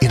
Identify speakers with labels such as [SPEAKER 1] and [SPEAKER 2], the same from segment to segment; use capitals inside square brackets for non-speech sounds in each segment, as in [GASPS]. [SPEAKER 1] in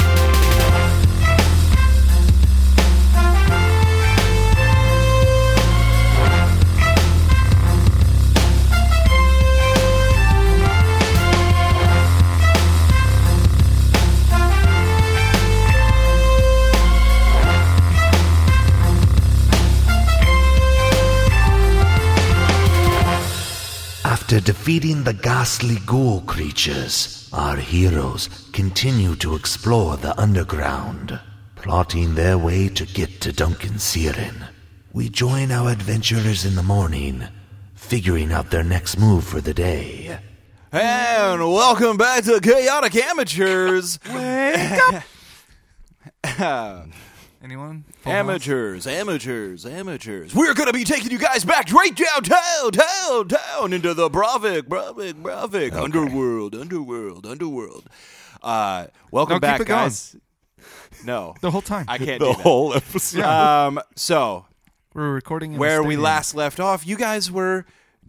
[SPEAKER 1] After defeating the ghastly ghoul creatures, our heroes continue to explore the underground, plotting their way to get to Duncan Siren. We join our adventurers in the morning, figuring out their next move for the day.
[SPEAKER 2] And welcome back to Chaotic Amateurs.
[SPEAKER 3] Anyone? Full house?
[SPEAKER 2] amateurs, amateurs, amateurs. We're going to be taking you guys back right downtown, down, down into the Bravik, Bravik, Bravik. Underworld, underworld, underworld. Uh, welcome
[SPEAKER 3] No, keep
[SPEAKER 2] back,
[SPEAKER 3] it going.
[SPEAKER 2] guys. No.
[SPEAKER 3] The whole time.
[SPEAKER 2] I can't
[SPEAKER 4] the
[SPEAKER 2] do that.
[SPEAKER 4] whole
[SPEAKER 2] [LAUGHS]
[SPEAKER 4] episode.
[SPEAKER 2] um, so,
[SPEAKER 3] We're recording in the
[SPEAKER 2] where we
[SPEAKER 3] stadium.
[SPEAKER 2] last left off, you guys were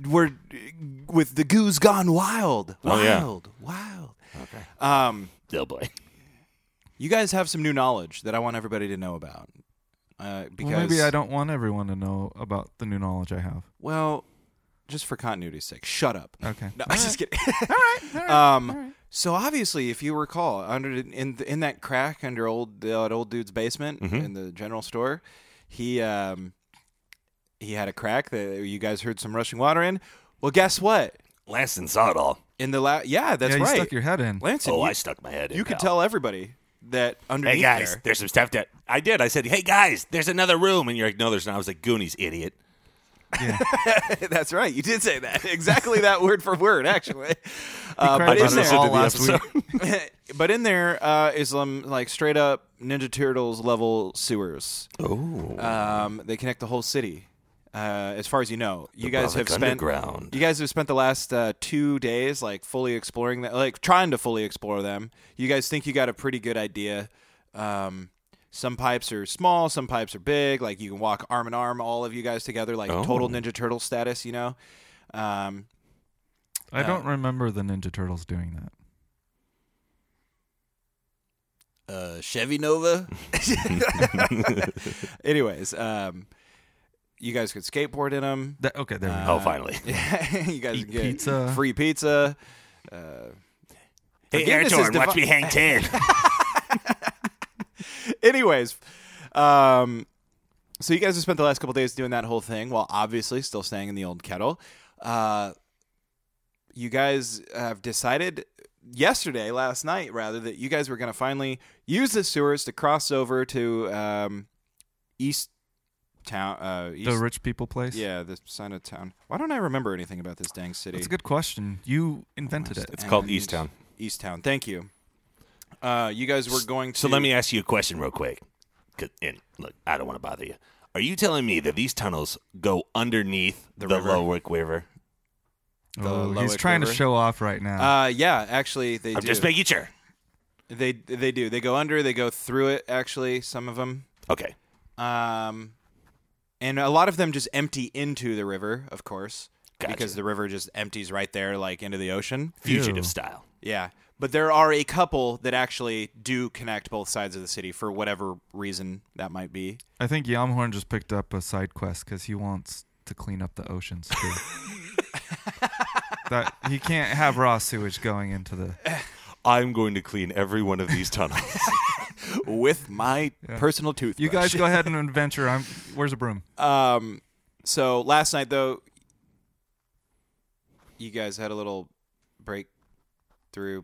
[SPEAKER 2] were uh, with the goose gone wild.
[SPEAKER 4] Oh, yeah.
[SPEAKER 2] Wild, wild. Okay. Um,
[SPEAKER 4] Oh boy.
[SPEAKER 2] You guys have some new knowledge that I want everybody to know about. Uh, because
[SPEAKER 3] Well, maybe I don't want everyone to know about the new knowledge I have.
[SPEAKER 2] Well, just for continuity's sake, shut up.
[SPEAKER 3] Okay.
[SPEAKER 2] No, I'm just kidding.
[SPEAKER 3] All right.
[SPEAKER 2] [LAUGHS]
[SPEAKER 3] All right.
[SPEAKER 2] um, So obviously, if you recall, under in in that crack under old uh, old dude's basement
[SPEAKER 3] Mm-hmm.
[SPEAKER 2] in the general store, he um, he had a crack that you guys heard some rushing water in. Well, guess what?
[SPEAKER 4] Lanston saw it all.
[SPEAKER 2] In the la- yeah, that's
[SPEAKER 3] yeah, you
[SPEAKER 2] right.
[SPEAKER 3] stuck your
[SPEAKER 2] [LAUGHS]
[SPEAKER 3] head in.
[SPEAKER 2] Lance,
[SPEAKER 4] oh,
[SPEAKER 2] you,
[SPEAKER 4] I stuck my head in.
[SPEAKER 2] you could
[SPEAKER 4] pal.
[SPEAKER 2] tell everybody that underneath
[SPEAKER 4] Hey guys,
[SPEAKER 2] there.
[SPEAKER 4] there's some stuff that I did. I said, "Hey guys, there's another room," and you're like, "No, there's not." I was like, "Goonies, idiot."
[SPEAKER 2] [LAUGHS] That's right. You did say that [LAUGHS] exactly that word for word, actually. Uh,
[SPEAKER 3] cried
[SPEAKER 2] but
[SPEAKER 3] about
[SPEAKER 2] in
[SPEAKER 3] it
[SPEAKER 2] there,
[SPEAKER 3] all last
[SPEAKER 4] week.
[SPEAKER 2] [LAUGHS] but in there uh, is some like straight up Ninja Turtles level sewers.
[SPEAKER 4] oh,
[SPEAKER 2] Um, they connect the whole city. Uh, as far as you know, you guys
[SPEAKER 4] Brolic
[SPEAKER 2] have spent
[SPEAKER 4] Underground.
[SPEAKER 2] you guys have spent the last uh, two days like fully exploring that, like trying to fully explore them. You guys think you got a pretty good idea. Um, some pipes are small, some pipes are big. Like you can walk arm in arm, all of you guys together, like total Ninja Turtle status. You know, um,
[SPEAKER 3] I don't remember the Ninja Turtles doing that.
[SPEAKER 2] uh, Chevy Nova. [LAUGHS] Anyways, um, you guys could skateboard in them.
[SPEAKER 3] That- okay, there we go.
[SPEAKER 4] oh, finally.
[SPEAKER 2] [LAUGHS] you guys
[SPEAKER 3] Eat
[SPEAKER 2] can get
[SPEAKER 3] pizza.
[SPEAKER 2] free pizza. Uh,
[SPEAKER 4] Hey,
[SPEAKER 2] forgiveness
[SPEAKER 4] Eritorn,
[SPEAKER 2] is divi-
[SPEAKER 4] watch me hang ten.
[SPEAKER 2] [LAUGHS] Anyways, um, so you guys have spent the last couple days doing that whole thing while obviously still staying in the old kettle. Uh, you guys have decided yesterday, last night rather, that you guys were going to finally use the sewers to cross over to um, East Town. Uh,
[SPEAKER 3] the
[SPEAKER 2] East,
[SPEAKER 3] rich people place.
[SPEAKER 2] yeah, the sign of town. Why don't I remember anything about this dang city?
[SPEAKER 3] That's a good question. You invented it.
[SPEAKER 4] It's called
[SPEAKER 2] And-
[SPEAKER 4] East Town.
[SPEAKER 2] East Town. Thank you. Uh, you guys were going to.
[SPEAKER 4] So let me ask you a question real quick. 'Cause- And look, I don't want to bother you. Are you telling me that these tunnels go underneath the,
[SPEAKER 2] river.
[SPEAKER 4] Lowick River?
[SPEAKER 2] The
[SPEAKER 3] Oh, he's
[SPEAKER 2] Loic
[SPEAKER 3] trying
[SPEAKER 2] River.
[SPEAKER 3] to show off right now.
[SPEAKER 2] Uh, yeah, actually, they
[SPEAKER 4] I'm
[SPEAKER 2] do.
[SPEAKER 4] just making sure.
[SPEAKER 2] They they do. They go under. They go through it. Actually, some of them.
[SPEAKER 4] Okay.
[SPEAKER 2] Um, and a lot of them just empty into the river, of course, because
[SPEAKER 4] Gotcha.
[SPEAKER 2] the river just empties right there, like into the ocean.
[SPEAKER 4] Fugitive
[SPEAKER 3] Ew.
[SPEAKER 4] style.
[SPEAKER 2] Yeah. But there are a couple that actually do connect both sides of the city for whatever reason that might be.
[SPEAKER 3] I think Yamhorn just picked up a side quest because he wants to clean up the oceans
[SPEAKER 2] [LAUGHS]
[SPEAKER 3] too. that he can't have raw sewage going into the.
[SPEAKER 2] [LAUGHS]
[SPEAKER 4] I'm going to clean every one of these tunnels.
[SPEAKER 2] With my personal toothbrush.
[SPEAKER 3] You guys go ahead and adventure. I'm. Where's a broom?
[SPEAKER 2] Um, so last night though, you guys had a little breakthrough.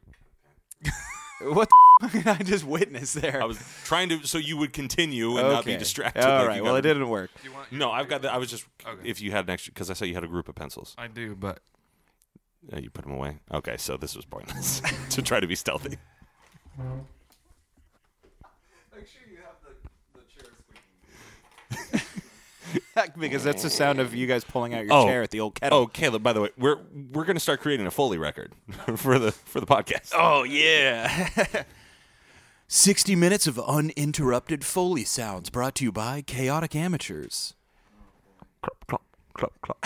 [SPEAKER 3] [LAUGHS]
[SPEAKER 2] what the fuck did I just witness there?
[SPEAKER 4] [LAUGHS] I was trying to, so you would continue and
[SPEAKER 2] okay.
[SPEAKER 4] not be distracted.
[SPEAKER 2] All
[SPEAKER 4] like
[SPEAKER 2] right.
[SPEAKER 4] you
[SPEAKER 2] Well,
[SPEAKER 4] got-
[SPEAKER 2] it didn't work. [LAUGHS]
[SPEAKER 4] No, I've got that. I was just, if you had an extra, because I saw you had a group of pencils.
[SPEAKER 3] I do, but
[SPEAKER 4] Yeah, you put them away. Okay, so this was pointless [LAUGHS] to try to be stealthy.
[SPEAKER 2] because that's the sound of you guys pulling out your
[SPEAKER 4] Oh.
[SPEAKER 2] chair at the old kettle.
[SPEAKER 4] Oh, Caleb. By the way, we're we're gonna start creating a Foley record [LAUGHS] for the for the podcast.
[SPEAKER 2] Oh yeah. 60 minutes of uninterrupted Foley sounds brought to you by Chaotic Amateurs.
[SPEAKER 5] clop, clop, clop, clop.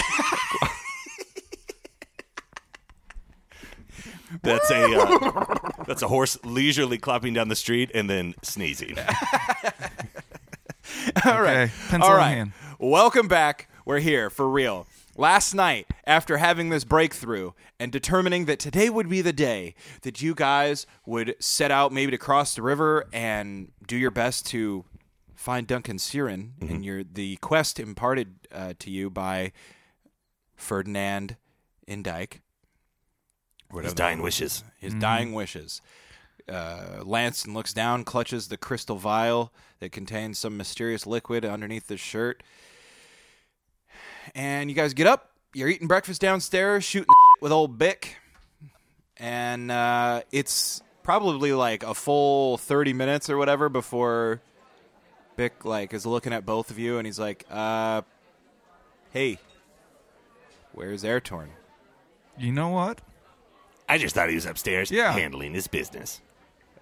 [SPEAKER 4] That's a uh, that's a horse leisurely clopping down the street and then sneezing. [LAUGHS]
[SPEAKER 2] [LAUGHS] All right.
[SPEAKER 3] Okay, pencil
[SPEAKER 2] All
[SPEAKER 3] in
[SPEAKER 2] right.
[SPEAKER 3] hand.
[SPEAKER 2] Welcome back. We're here for real. Last night, after having this breakthrough and determining that today would be the day that you guys would set out maybe to cross the river and do your best to find Duncan Siren
[SPEAKER 3] Mm-hmm.
[SPEAKER 2] and your the quest imparted uh, to you by Ferdinand Indike,
[SPEAKER 4] His dying wishes.
[SPEAKER 2] his dying wishes. Uh, Lanston looks down, clutches the crystal vial that contains some mysterious liquid underneath his shirt. And you guys get up. You're eating breakfast downstairs, shooting [LAUGHS] the shit with old Bick. And uh, it's probably like a full 30 minutes or whatever before Bick like is looking at both of you and he's like, uh, "Hey, where's Airtorn?"
[SPEAKER 3] You know what?
[SPEAKER 4] I just thought he was upstairs
[SPEAKER 3] Yeah.
[SPEAKER 4] handling his business.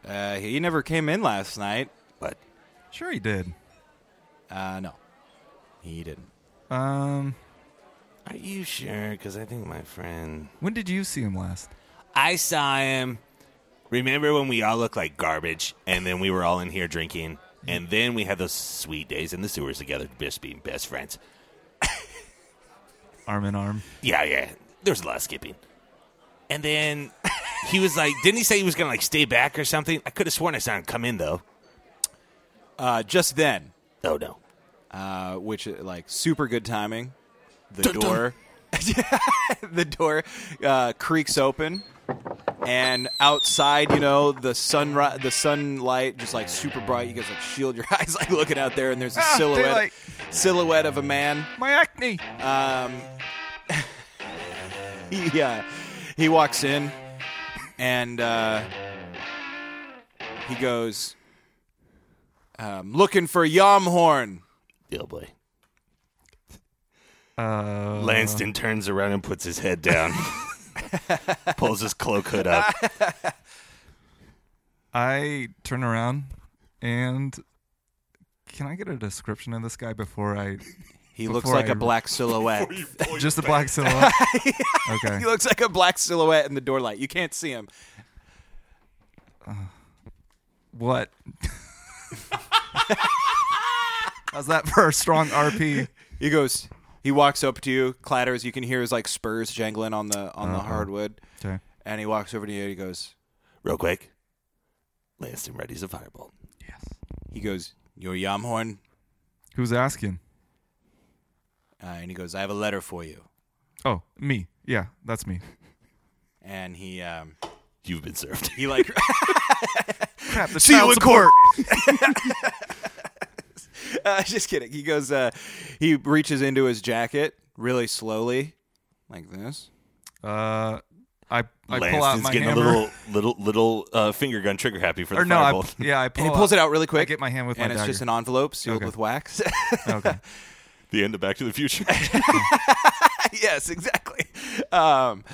[SPEAKER 2] Uh, he never came in last night.
[SPEAKER 4] But
[SPEAKER 3] Sure, he did.
[SPEAKER 2] Uh, no, he didn't.
[SPEAKER 3] Um,
[SPEAKER 4] are you sure? Because I think my friend.
[SPEAKER 3] when did you see him last?
[SPEAKER 4] I saw him. Remember when we all looked like garbage and then we were all in here drinking? And then we had those sweet days in the sewers together, just being best friends.
[SPEAKER 3] Arm in arm.
[SPEAKER 4] Yeah, yeah. There's a lot of skipping. And then he was like, didn't he say he was going to like stay back or something? I could have sworn I saw him come in though.
[SPEAKER 2] Uh, just then,
[SPEAKER 4] Oh, no.
[SPEAKER 2] uh, which uh, like super good timing, the
[SPEAKER 4] Dun, dun.
[SPEAKER 2] door, [LAUGHS] the door uh, creaks open, and outside, you know, the sunrise, the sunlight, just like super bright. You guys like shield your [LAUGHS] eyes, like looking out there, and there's a
[SPEAKER 3] Ah,
[SPEAKER 2] silhouette,
[SPEAKER 3] daylight.
[SPEAKER 2] silhouette of a man. [LAUGHS]
[SPEAKER 3] My acne.
[SPEAKER 2] Um, he uh, he walks in, and uh, he goes, um, "Looking for Yomhorn."
[SPEAKER 4] Oh, boy.
[SPEAKER 3] Uh,
[SPEAKER 4] Lanston turns around and puts his head
[SPEAKER 2] [LAUGHS]
[SPEAKER 4] down, pulls his cloak hood up.
[SPEAKER 3] I turn around and can I get a description of this guy before I
[SPEAKER 2] He looks
[SPEAKER 3] [LAUGHS] Before
[SPEAKER 2] like
[SPEAKER 3] I-
[SPEAKER 2] a black silhouette.
[SPEAKER 3] just the
[SPEAKER 2] [LAUGHS]
[SPEAKER 3] black silhouette? Okay.
[SPEAKER 2] he looks like a black silhouette in the door light. You can't see him.
[SPEAKER 3] What? How's that for a strong RP?
[SPEAKER 2] He goes. He walks up to you, clatters. You can hear his like spurs jangling on the on the
[SPEAKER 3] Uh-huh.
[SPEAKER 2] hardwood.
[SPEAKER 3] Okay.
[SPEAKER 2] And he walks over to you. and He goes.
[SPEAKER 4] Real quick, Lanston readies a firebolt.
[SPEAKER 3] Yes.
[SPEAKER 2] He goes. You're Yomhorn.
[SPEAKER 3] Who's asking?
[SPEAKER 2] Uh, and he goes. I have a letter for you.
[SPEAKER 3] Oh, me. Yeah,
[SPEAKER 2] [LAUGHS]
[SPEAKER 3] that's me.
[SPEAKER 2] And he um, [LAUGHS]
[SPEAKER 4] You've been served.
[SPEAKER 2] he like [LAUGHS]
[SPEAKER 3] Crap, the
[SPEAKER 2] See you
[SPEAKER 3] child
[SPEAKER 2] in
[SPEAKER 3] support-
[SPEAKER 2] Uh, just kidding. He goes. Uh, he reaches into his jacket really slowly, like this.
[SPEAKER 3] Uh, I I pull out
[SPEAKER 4] Lanston's
[SPEAKER 3] my
[SPEAKER 4] getting
[SPEAKER 3] hammer.
[SPEAKER 4] a little little little uh, finger gun trigger happy for the
[SPEAKER 3] or no, I,
[SPEAKER 4] firebolt.
[SPEAKER 3] [LAUGHS] yeah, I pull
[SPEAKER 2] And he pulls
[SPEAKER 3] out-
[SPEAKER 2] it out really quick.
[SPEAKER 3] get my hand with
[SPEAKER 2] and
[SPEAKER 3] my
[SPEAKER 2] it's just an
[SPEAKER 3] dagger.
[SPEAKER 2] envelope sealed
[SPEAKER 3] Okay.
[SPEAKER 2] with wax.
[SPEAKER 3] [LAUGHS] Okay.
[SPEAKER 4] the end of Back to
[SPEAKER 2] [LAUGHS]
[SPEAKER 4] the Future.
[SPEAKER 2] yes, exactly. Um,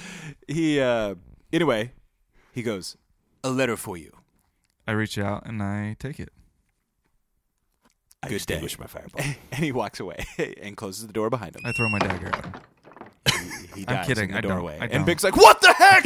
[SPEAKER 2] he uh, anyway, he goes. A letter for you.
[SPEAKER 3] I reach out and I take it.
[SPEAKER 4] I
[SPEAKER 2] Good
[SPEAKER 4] extinguish my
[SPEAKER 2] [LAUGHS]
[SPEAKER 4] fireball.
[SPEAKER 2] And he walks away [LAUGHS] and closes the door behind him.
[SPEAKER 3] I throw my dagger. At him.
[SPEAKER 2] He dies
[SPEAKER 3] kidding.
[SPEAKER 2] in the
[SPEAKER 3] I don't.
[SPEAKER 2] doorway.
[SPEAKER 3] I
[SPEAKER 2] And
[SPEAKER 3] don't.
[SPEAKER 2] Big's like, "What the heck?"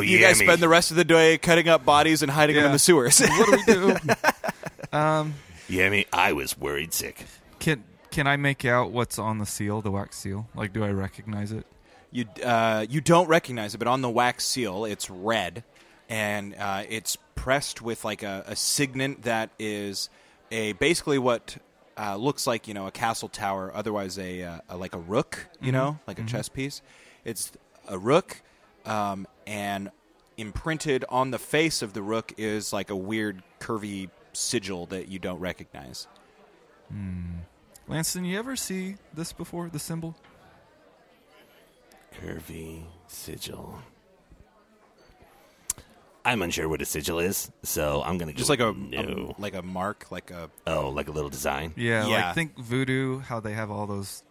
[SPEAKER 2] [LAUGHS] you guys spend the rest of the day cutting up bodies and hiding them in
[SPEAKER 3] Yeah.
[SPEAKER 2] the sewers. [LAUGHS]
[SPEAKER 3] What do we do? um,
[SPEAKER 4] yeah, I mean, I was worried sick.
[SPEAKER 3] [LAUGHS] can can I make out what's on the seal, the wax seal? Like, do I recognize it?
[SPEAKER 2] You uh, you don't recognize it, but on the wax seal, it's red, and uh, it's pressed with like a, a signet that is a basically what uh, looks like you know a castle tower, otherwise a, uh, a like a rook, you know, like a chess piece. It's a rook, um, and imprinted on the face of the rook is like a weird curvy sigil that you don't recognize.
[SPEAKER 3] Lanston, you ever see this before? The symbol?
[SPEAKER 4] Curvy sigil. I'm unsure what a sigil is, so I'm gonna
[SPEAKER 2] Just
[SPEAKER 4] go
[SPEAKER 2] like a,
[SPEAKER 4] no.
[SPEAKER 2] a like a mark, like a
[SPEAKER 4] oh, like a little design.
[SPEAKER 3] Yeah,
[SPEAKER 2] Yeah.
[SPEAKER 3] like think voodoo, how they have all those.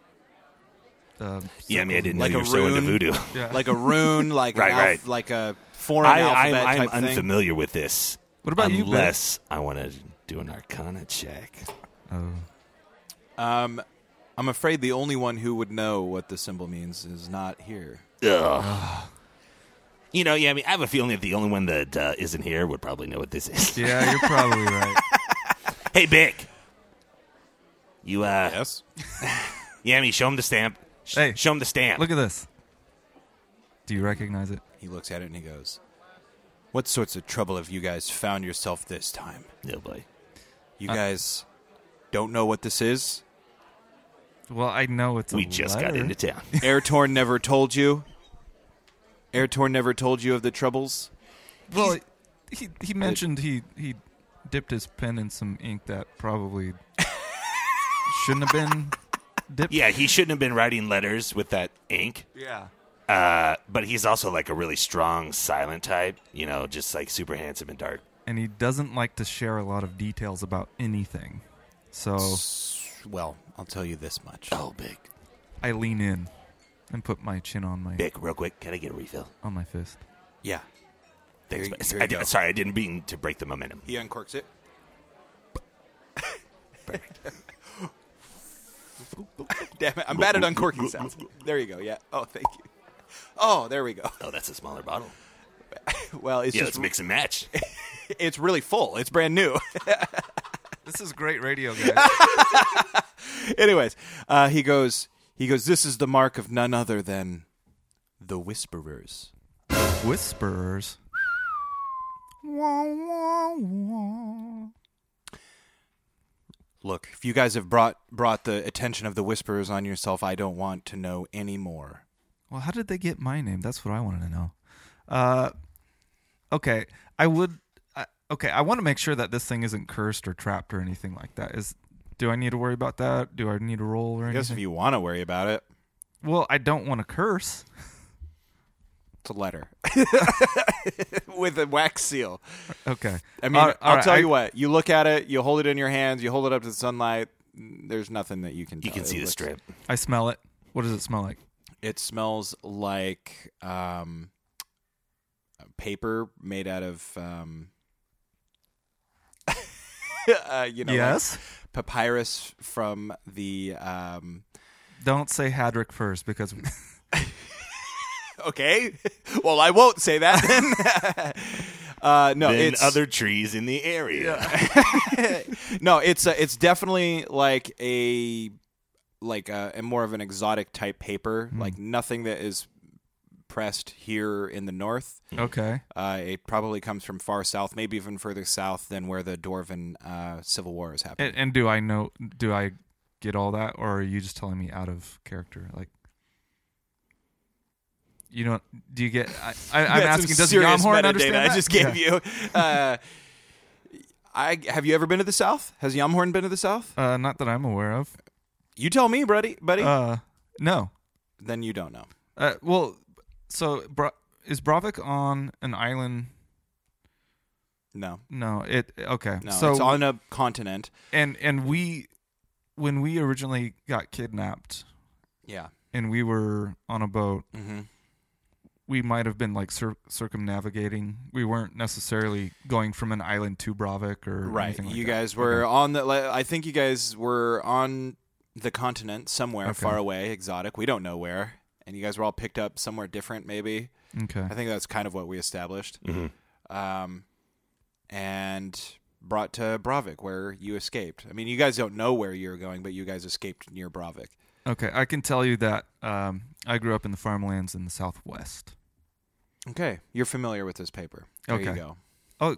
[SPEAKER 3] Uh,
[SPEAKER 4] Yeah, I mean, I didn't
[SPEAKER 2] Like
[SPEAKER 4] know
[SPEAKER 2] a
[SPEAKER 4] you were so into
[SPEAKER 2] rune.
[SPEAKER 4] voodoo.
[SPEAKER 3] Yeah.
[SPEAKER 2] like a rune, [LAUGHS] like
[SPEAKER 4] Right,
[SPEAKER 2] an alph-
[SPEAKER 4] right.
[SPEAKER 2] like a foreign
[SPEAKER 4] I,
[SPEAKER 2] alphabet
[SPEAKER 4] I'm, I'm
[SPEAKER 2] type thing.
[SPEAKER 4] unfamiliar with this.
[SPEAKER 3] What about you, Ben?
[SPEAKER 4] Unless I want to Do an arcana check.
[SPEAKER 3] Oh,
[SPEAKER 2] Um, I'm afraid the only one who would know what the symbol means is not here.
[SPEAKER 4] [SIGHS] You know, yeah, I mean, I have a feeling that the only one that uh, isn't here would probably know what this is.
[SPEAKER 3] yeah, you're
[SPEAKER 4] [LAUGHS]
[SPEAKER 3] probably right.
[SPEAKER 4] hey, Bick. You, uh,
[SPEAKER 2] Yes.
[SPEAKER 4] yeah, I mean, show him the stamp. Sh-
[SPEAKER 3] Hey.
[SPEAKER 4] Show him the stamp.
[SPEAKER 3] Look at this. Do you recognize it?
[SPEAKER 2] He looks at it and he goes, "What sorts of trouble have you guys found yourself this time?
[SPEAKER 4] Oh, boy.
[SPEAKER 2] You guys don't know what this is.
[SPEAKER 3] Well, I know it's.
[SPEAKER 4] We
[SPEAKER 3] a
[SPEAKER 4] just got
[SPEAKER 3] letter. [LAUGHS]
[SPEAKER 4] into town.
[SPEAKER 2] Airtorn [LAUGHS] never told you. Airtorn never told you of the troubles.
[SPEAKER 3] Well, he he mentioned he he dipped his pen in some ink that probably shouldn't have been dipped.
[SPEAKER 4] yeah, he shouldn't have been writing letters with that ink.
[SPEAKER 3] Yeah.
[SPEAKER 4] Uh, but he's also like a really strong, silent type. You know, just like super handsome and dark.
[SPEAKER 3] And he doesn't like to share a lot of details about anything. So
[SPEAKER 2] Well, I'll tell you this much.
[SPEAKER 4] Oh, Bick.
[SPEAKER 3] I lean in and put my chin on my
[SPEAKER 4] Bick, real quick, can I get a refill?
[SPEAKER 3] on my fist.
[SPEAKER 2] Yeah.
[SPEAKER 4] Thanks.
[SPEAKER 2] Here-
[SPEAKER 4] but-
[SPEAKER 2] here
[SPEAKER 4] I
[SPEAKER 2] you
[SPEAKER 4] did-
[SPEAKER 2] go.
[SPEAKER 4] sorry, I didn't mean to break the momentum.
[SPEAKER 2] He uncorks it. [LAUGHS] Damn it! I'm bad at uncorking sounds. There you go. Yeah. Oh, thank you. Oh, there we go. [LAUGHS]
[SPEAKER 4] Oh, that's a smaller bottle.
[SPEAKER 2] Well, it's
[SPEAKER 4] Yeah,
[SPEAKER 2] just
[SPEAKER 4] let's mix and [LAUGHS] match.
[SPEAKER 2] it's really full. It's brand new. [LAUGHS]
[SPEAKER 3] This is great radio, guys.
[SPEAKER 2] Anyways, uh, he goes. He goes. This is the mark of none other than the whisperers.
[SPEAKER 3] Whisperers. Wah, wah, wah.
[SPEAKER 2] Look, if you guys have brought brought the attention of the whisperers on yourself, I don't want to know any more.
[SPEAKER 3] Well, how did they get my name? That's what I wanted to know. Uh, okay, I would. I, okay, I want to make sure that this thing isn't cursed or trapped or anything like that. Is do I need to worry about that? Do I need to roll or
[SPEAKER 2] I guess
[SPEAKER 3] anything?
[SPEAKER 2] if you want to worry about it,
[SPEAKER 3] well, I don't want to curse.
[SPEAKER 2] it's a letter [LAUGHS] with a wax seal.
[SPEAKER 3] Okay.
[SPEAKER 2] I mean,
[SPEAKER 3] All right, all
[SPEAKER 2] I'll
[SPEAKER 3] right,
[SPEAKER 2] tell
[SPEAKER 3] I-
[SPEAKER 2] you what. You look at it. You hold it in your hands. You hold it up to the sunlight. There's nothing that you can.
[SPEAKER 4] You
[SPEAKER 2] tell.
[SPEAKER 4] can
[SPEAKER 2] It
[SPEAKER 4] see the
[SPEAKER 2] looks-
[SPEAKER 4] strip.
[SPEAKER 3] I smell it. What does it smell like?
[SPEAKER 2] It smells like um, paper made out of um, [LAUGHS] uh, you know, like papyrus from the um. [LAUGHS]
[SPEAKER 3] Don't say Hadrick first because
[SPEAKER 2] Okay, [LAUGHS] well I won't say that then. [LAUGHS] uh, no,
[SPEAKER 4] Then
[SPEAKER 2] it's
[SPEAKER 4] other trees in the area.
[SPEAKER 2] no, it's uh, it's definitely like a like a, a more of an exotic type paper,
[SPEAKER 3] Hmm.
[SPEAKER 2] like nothing that is pressed here in the north.
[SPEAKER 3] okay.
[SPEAKER 2] Uh, it probably comes from far south, maybe even further south than where the Dwarven uh, Civil War is happening.
[SPEAKER 3] And, and do I know? Do I get all that, or are you just telling me out of character? Like, you don't? Do you get?
[SPEAKER 2] [LAUGHS]
[SPEAKER 3] I, I, I'm
[SPEAKER 2] That's some
[SPEAKER 3] asking. Does
[SPEAKER 2] serious
[SPEAKER 3] Yamhorn
[SPEAKER 2] metadata
[SPEAKER 3] understand that?
[SPEAKER 2] I just
[SPEAKER 3] Yeah.
[SPEAKER 2] gave you. Uh, I have you ever been to the South? Has Yamhorn been to the South?
[SPEAKER 3] Uh, not that I'm aware of.
[SPEAKER 2] You tell me, buddy. Buddy,
[SPEAKER 3] Uh, no.
[SPEAKER 2] then you don't know.
[SPEAKER 3] Uh, well, so Bra- is Bravik on an island?
[SPEAKER 2] No,
[SPEAKER 3] No. It okay.
[SPEAKER 2] no,
[SPEAKER 3] so
[SPEAKER 2] it's on a continent.
[SPEAKER 3] and and we when we originally got kidnapped
[SPEAKER 2] Yeah.
[SPEAKER 3] and we were on a boat,
[SPEAKER 2] Mm-hmm.
[SPEAKER 3] we might have been like cir- circumnavigating. We weren't necessarily going from an island to Bravik or
[SPEAKER 2] Right.
[SPEAKER 3] anything like
[SPEAKER 2] you
[SPEAKER 3] that.
[SPEAKER 2] guys were on the. like, I think you guys were on the continent somewhere
[SPEAKER 3] Okay.
[SPEAKER 2] far away, exotic. We don't know where. And you guys were all picked up somewhere different, maybe.
[SPEAKER 3] Okay.
[SPEAKER 2] I think that's kind of what we established.
[SPEAKER 4] Mhm.
[SPEAKER 3] Mm-hmm.
[SPEAKER 2] Um, and brought to Bravik, where you escaped. I mean, you guys don't know where you're going, but you guys escaped near Bravik.
[SPEAKER 3] Okay. I can tell you that um, I grew up in the farmlands in the southwest.
[SPEAKER 2] Okay, you're familiar with this paper. There you
[SPEAKER 3] Okay.
[SPEAKER 2] go.
[SPEAKER 3] Oh,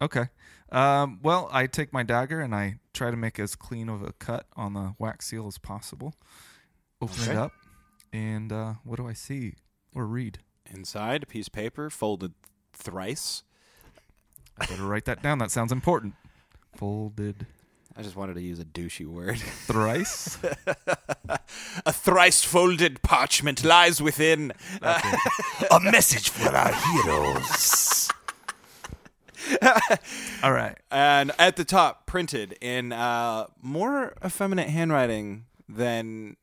[SPEAKER 3] okay. Um, well, I take my dagger and I try to make as clean of a cut on the wax seal as possible. Open
[SPEAKER 2] Okay.
[SPEAKER 3] it up, and uh, what do I see or read?
[SPEAKER 2] Inside, a piece of paper folded thrice.
[SPEAKER 3] I better write that down. That sounds important. Folded
[SPEAKER 2] I just wanted to use a douchey word. [LAUGHS]
[SPEAKER 3] thrice.
[SPEAKER 2] a thrice folded parchment lies within.
[SPEAKER 4] [LAUGHS] a message for our [LAUGHS] heroes.
[SPEAKER 3] All right.
[SPEAKER 2] and at the top printed in uh, more effeminate handwriting than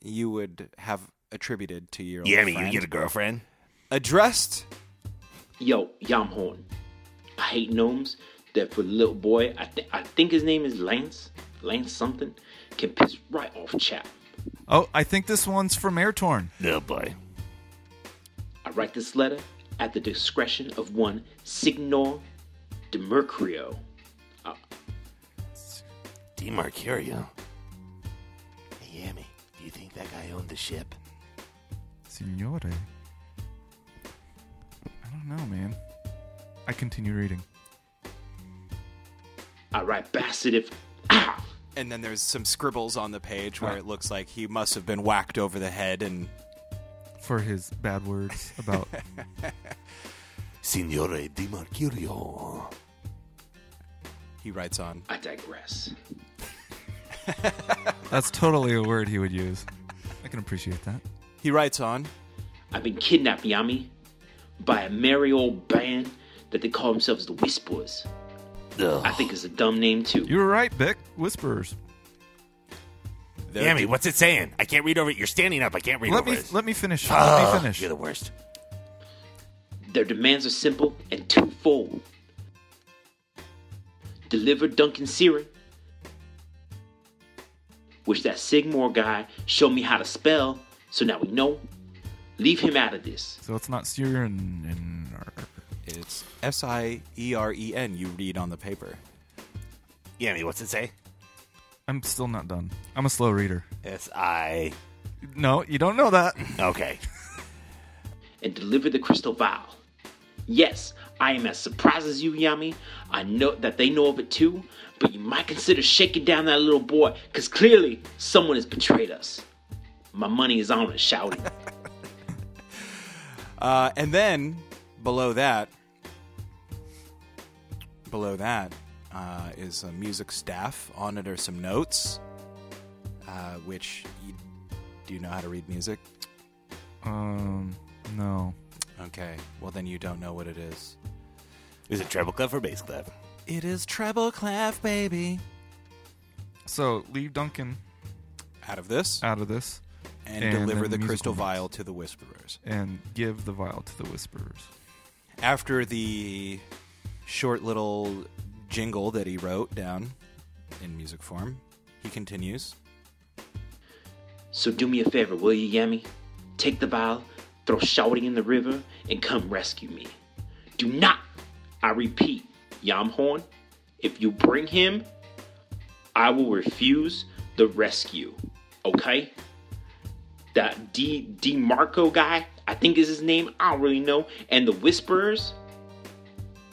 [SPEAKER 2] you would have attributed to your
[SPEAKER 4] Yeah, I
[SPEAKER 2] old
[SPEAKER 4] mean, you
[SPEAKER 2] friend.
[SPEAKER 4] get a girlfriend.
[SPEAKER 2] addressed
[SPEAKER 5] Yo, Yamhorn. I hate gnomes that for little boy, I think I think his name is Lance, Lance something, can piss right off chap.
[SPEAKER 3] Oh, I think this one's from Airtorn.
[SPEAKER 4] Oh boy.
[SPEAKER 5] I write this letter at the discretion of one Signor de Mercurio.
[SPEAKER 4] DeMarcurio. Hey, Yami, do you think that guy owned the ship?
[SPEAKER 3] Signore. I don't know, man. I continue reading.
[SPEAKER 5] I write Bassett if ah,
[SPEAKER 2] And then there's some scribbles on the page where it looks like he must have been whacked over the head and
[SPEAKER 3] For his bad words
[SPEAKER 4] [LAUGHS]
[SPEAKER 3] about.
[SPEAKER 4] Signore DiMarcurio.
[SPEAKER 2] he writes on.
[SPEAKER 5] I digress.
[SPEAKER 3] That's totally a word he would use. I can appreciate that.
[SPEAKER 2] He writes on.
[SPEAKER 5] I've been kidnapped, Yami, by a merry old band that they call themselves the Whisperers. I think it's a dumb name too.
[SPEAKER 3] You were right, Bick. Whisperers.
[SPEAKER 2] There-
[SPEAKER 4] Yami, what's it saying? I can't read over it. You're standing up. I can't read
[SPEAKER 3] Let
[SPEAKER 4] over
[SPEAKER 3] me
[SPEAKER 4] it.
[SPEAKER 3] let me finish.
[SPEAKER 4] Ugh,
[SPEAKER 3] let me finish.
[SPEAKER 4] Ah, You're the worst.
[SPEAKER 5] Their demands are simple and twofold. Deliver Duncan Searing, which that Sigmore guy showed me how to spell, so now we know. Leave him out of this.
[SPEAKER 3] So it's not Syrian. in-
[SPEAKER 2] It's S I E R E N, you read on the paper.
[SPEAKER 4] Yami, what's it say?
[SPEAKER 3] I'm still not done. I'm a slow reader.
[SPEAKER 4] S I.
[SPEAKER 3] No, you don't know
[SPEAKER 4] [CLEARS THROAT]
[SPEAKER 3] that.
[SPEAKER 4] Okay.
[SPEAKER 5] and deliver the crystal vial. Yes, I am as surprised as you, Yami. I know that they know of it too, but you might consider shaking down that little boy, because clearly someone has betrayed us. My money is on it, shouting.
[SPEAKER 2] Uh, and then below that, below that uh, is a music staff. On it are some notes, uh, which you, do you know how to read music?
[SPEAKER 3] Um, no.
[SPEAKER 2] Okay, well then you don't know what it is.
[SPEAKER 4] Is it treble clef or bass clef?
[SPEAKER 2] It is treble clef, baby.
[SPEAKER 3] So leave Duncan
[SPEAKER 2] Out of this,
[SPEAKER 3] out of this
[SPEAKER 2] Uh, and,
[SPEAKER 3] and
[SPEAKER 2] deliver
[SPEAKER 3] then
[SPEAKER 2] the
[SPEAKER 3] musical
[SPEAKER 2] crystal
[SPEAKER 3] notes.
[SPEAKER 2] vial to the whisperers.
[SPEAKER 3] and give the vial to the whisperers.
[SPEAKER 2] after the short little jingle that he wrote down in music form, he continues.
[SPEAKER 5] so do me a favor, will you, Yami? Take the vial, throw shouting in the river, and come rescue me. Do not, I repeat, Yamhorn, if you bring him, I will refuse the rescue. Okay? that D D Marco guy, I think is his name. I don't really know. And the Whisperers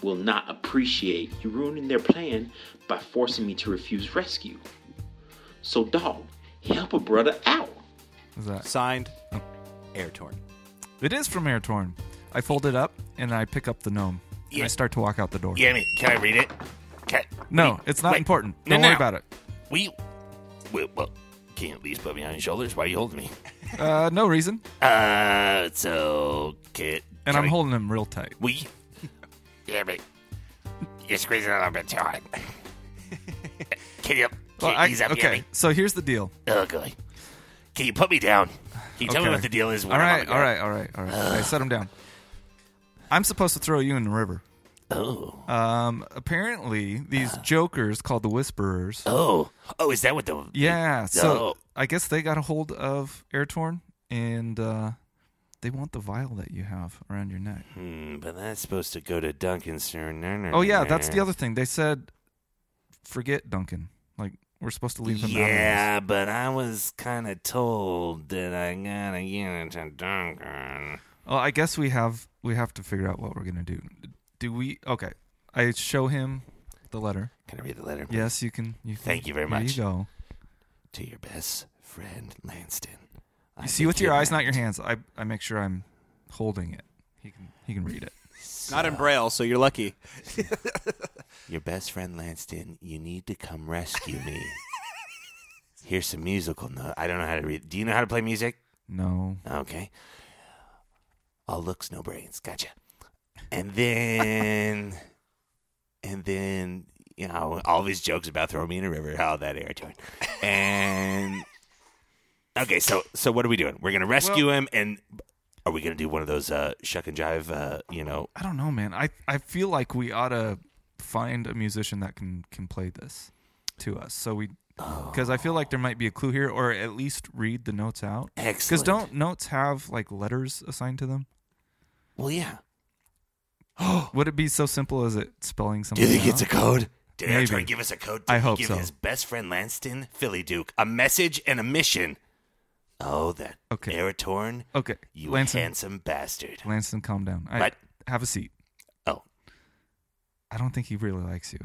[SPEAKER 5] will not appreciate you ruining their plan by forcing me to refuse rescue. So dog, help a brother out.
[SPEAKER 3] Is that?
[SPEAKER 2] Signed, Air Torn.
[SPEAKER 3] It is from Airtorn. I fold it up and I pick up the gnome. And
[SPEAKER 4] Yeah.
[SPEAKER 3] I start to walk out the door.
[SPEAKER 4] Yami, can I read it? Can,
[SPEAKER 3] No, it's not
[SPEAKER 4] wait.
[SPEAKER 3] important.
[SPEAKER 4] No,
[SPEAKER 3] Don't worry
[SPEAKER 4] no.
[SPEAKER 3] about it.
[SPEAKER 4] we. Well, well can't at least put me on your shoulders. Why are you holding me?
[SPEAKER 3] Uh, no reason.
[SPEAKER 4] Uh, so. Kid.
[SPEAKER 3] And I'm holding him real tight.
[SPEAKER 4] We. Yami, you're squeezing a little bit
[SPEAKER 3] [LAUGHS]
[SPEAKER 4] too hard. Can you. Can
[SPEAKER 3] Well,
[SPEAKER 4] you
[SPEAKER 3] I-
[SPEAKER 4] ease up,
[SPEAKER 3] okay,
[SPEAKER 4] Yami?
[SPEAKER 3] so here's the deal.
[SPEAKER 4] Oh, God. Can you put me down? Can you tell me
[SPEAKER 3] Okay.
[SPEAKER 4] what the deal is? when
[SPEAKER 3] All
[SPEAKER 4] I'm on
[SPEAKER 3] right,
[SPEAKER 4] the
[SPEAKER 3] all
[SPEAKER 4] ground?
[SPEAKER 3] right, all right, all right. I set him down. I'm supposed to throw you in the river.
[SPEAKER 4] Oh.
[SPEAKER 3] Um, apparently, these jokers called the Whisperers.
[SPEAKER 4] Uh. Oh. Oh, is that what the.
[SPEAKER 3] Yeah, so
[SPEAKER 4] Oh.
[SPEAKER 3] I guess they got a hold of Airtorn, and uh, they want the vial that you have around your neck.
[SPEAKER 4] Hmm, but that's supposed to go to Duncan Sir.
[SPEAKER 3] Oh yeah, that's the other thing. They said, forget Duncan. Like we're supposed to leave him. out of this.
[SPEAKER 4] Yeah, but I was kind of told that I gotta get it to Duncan.
[SPEAKER 3] Well, I guess we have we have to figure out what we're gonna do. Do we? Okay. I show him the letter.
[SPEAKER 4] Can I read the letter?
[SPEAKER 3] Yes, you can. You can.
[SPEAKER 4] Thank you very
[SPEAKER 3] Here
[SPEAKER 4] much.
[SPEAKER 3] you go.
[SPEAKER 4] To your best friend, Lanston.
[SPEAKER 3] You see with your eyes, not your hands. I I make sure I'm holding it. He can he can read it.
[SPEAKER 2] Not in Braille, so you're lucky.
[SPEAKER 4] Your best friend, Lanston, you need to come rescue
[SPEAKER 3] [LAUGHS]
[SPEAKER 4] me. Here's some musical note. I don't know how to read. Do you know how to play music?
[SPEAKER 3] No.
[SPEAKER 4] Okay. All looks, no brains. Gotcha. And then, [LAUGHS] and then, you know, all these jokes about throwing me in a river. How that air turn. And [LAUGHS] okay, so so what are we doing? We're gonna rescue him, and are we gonna do one of those uh, shuck and jive? Uh, you know,
[SPEAKER 3] I don't know, man. I I feel like we ought to find a musician that can can play this to us. So we because I feel like there might be a clue here, or at least read the notes out. Because
[SPEAKER 4] Excellent.
[SPEAKER 3] don't notes have like letters assigned to them?
[SPEAKER 4] Well, yeah.
[SPEAKER 3] Would it be so simple as it spelling
[SPEAKER 4] Oh. Do
[SPEAKER 3] something?
[SPEAKER 4] you think it's a
[SPEAKER 3] out?
[SPEAKER 4] code? Did Eric try
[SPEAKER 3] Maybe.
[SPEAKER 4] to give us a code? Did
[SPEAKER 3] I
[SPEAKER 4] he
[SPEAKER 3] hope
[SPEAKER 4] give
[SPEAKER 3] so.
[SPEAKER 4] his best friend Lanston, Philly Duke, a message and a mission. Oh, that
[SPEAKER 3] Okay.
[SPEAKER 4] Eratorn,
[SPEAKER 3] okay?
[SPEAKER 4] you
[SPEAKER 3] Lanston,
[SPEAKER 4] handsome bastard.
[SPEAKER 3] Lanston, calm down. I,
[SPEAKER 4] What?
[SPEAKER 3] Have a seat.
[SPEAKER 4] Oh,
[SPEAKER 3] I don't think he really likes you.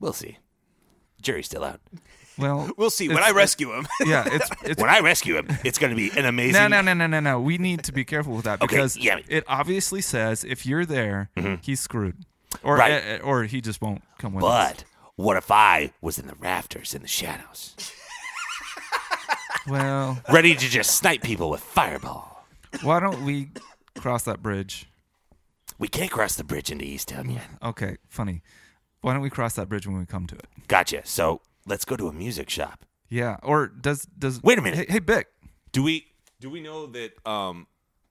[SPEAKER 4] we'll see. Jury's still out.
[SPEAKER 3] Well,
[SPEAKER 4] [LAUGHS]
[SPEAKER 2] We'll see. When
[SPEAKER 3] it's-
[SPEAKER 2] I rescue
[SPEAKER 6] [LAUGHS]
[SPEAKER 2] him,
[SPEAKER 3] yeah, it's it's
[SPEAKER 4] When I rescue him, it's going to be an amazing.
[SPEAKER 3] [LAUGHS] No, no, no, no, no, no. We need to be careful with that
[SPEAKER 4] [LAUGHS] Okay,
[SPEAKER 3] because
[SPEAKER 4] yeah. Mm-hmm.
[SPEAKER 3] it obviously says if you're there, he's screwed, or
[SPEAKER 4] Right.
[SPEAKER 3] eh, eh, or he just won't come with us.
[SPEAKER 4] But what if I was in the rafters in the shadows, [LAUGHS]
[SPEAKER 3] Well,
[SPEAKER 4] ready to just snipe people with fireball?
[SPEAKER 3] why don't we cross that bridge?
[SPEAKER 4] We can't cross the bridge into East Town yet.
[SPEAKER 3] Okay, funny. Why don't we cross that bridge when we come to it?
[SPEAKER 4] Gotcha. So let's go to a music shop.
[SPEAKER 3] Yeah. Or does does
[SPEAKER 4] Wait a minute.
[SPEAKER 3] Hey, hey Bick.
[SPEAKER 6] Do we do we know that um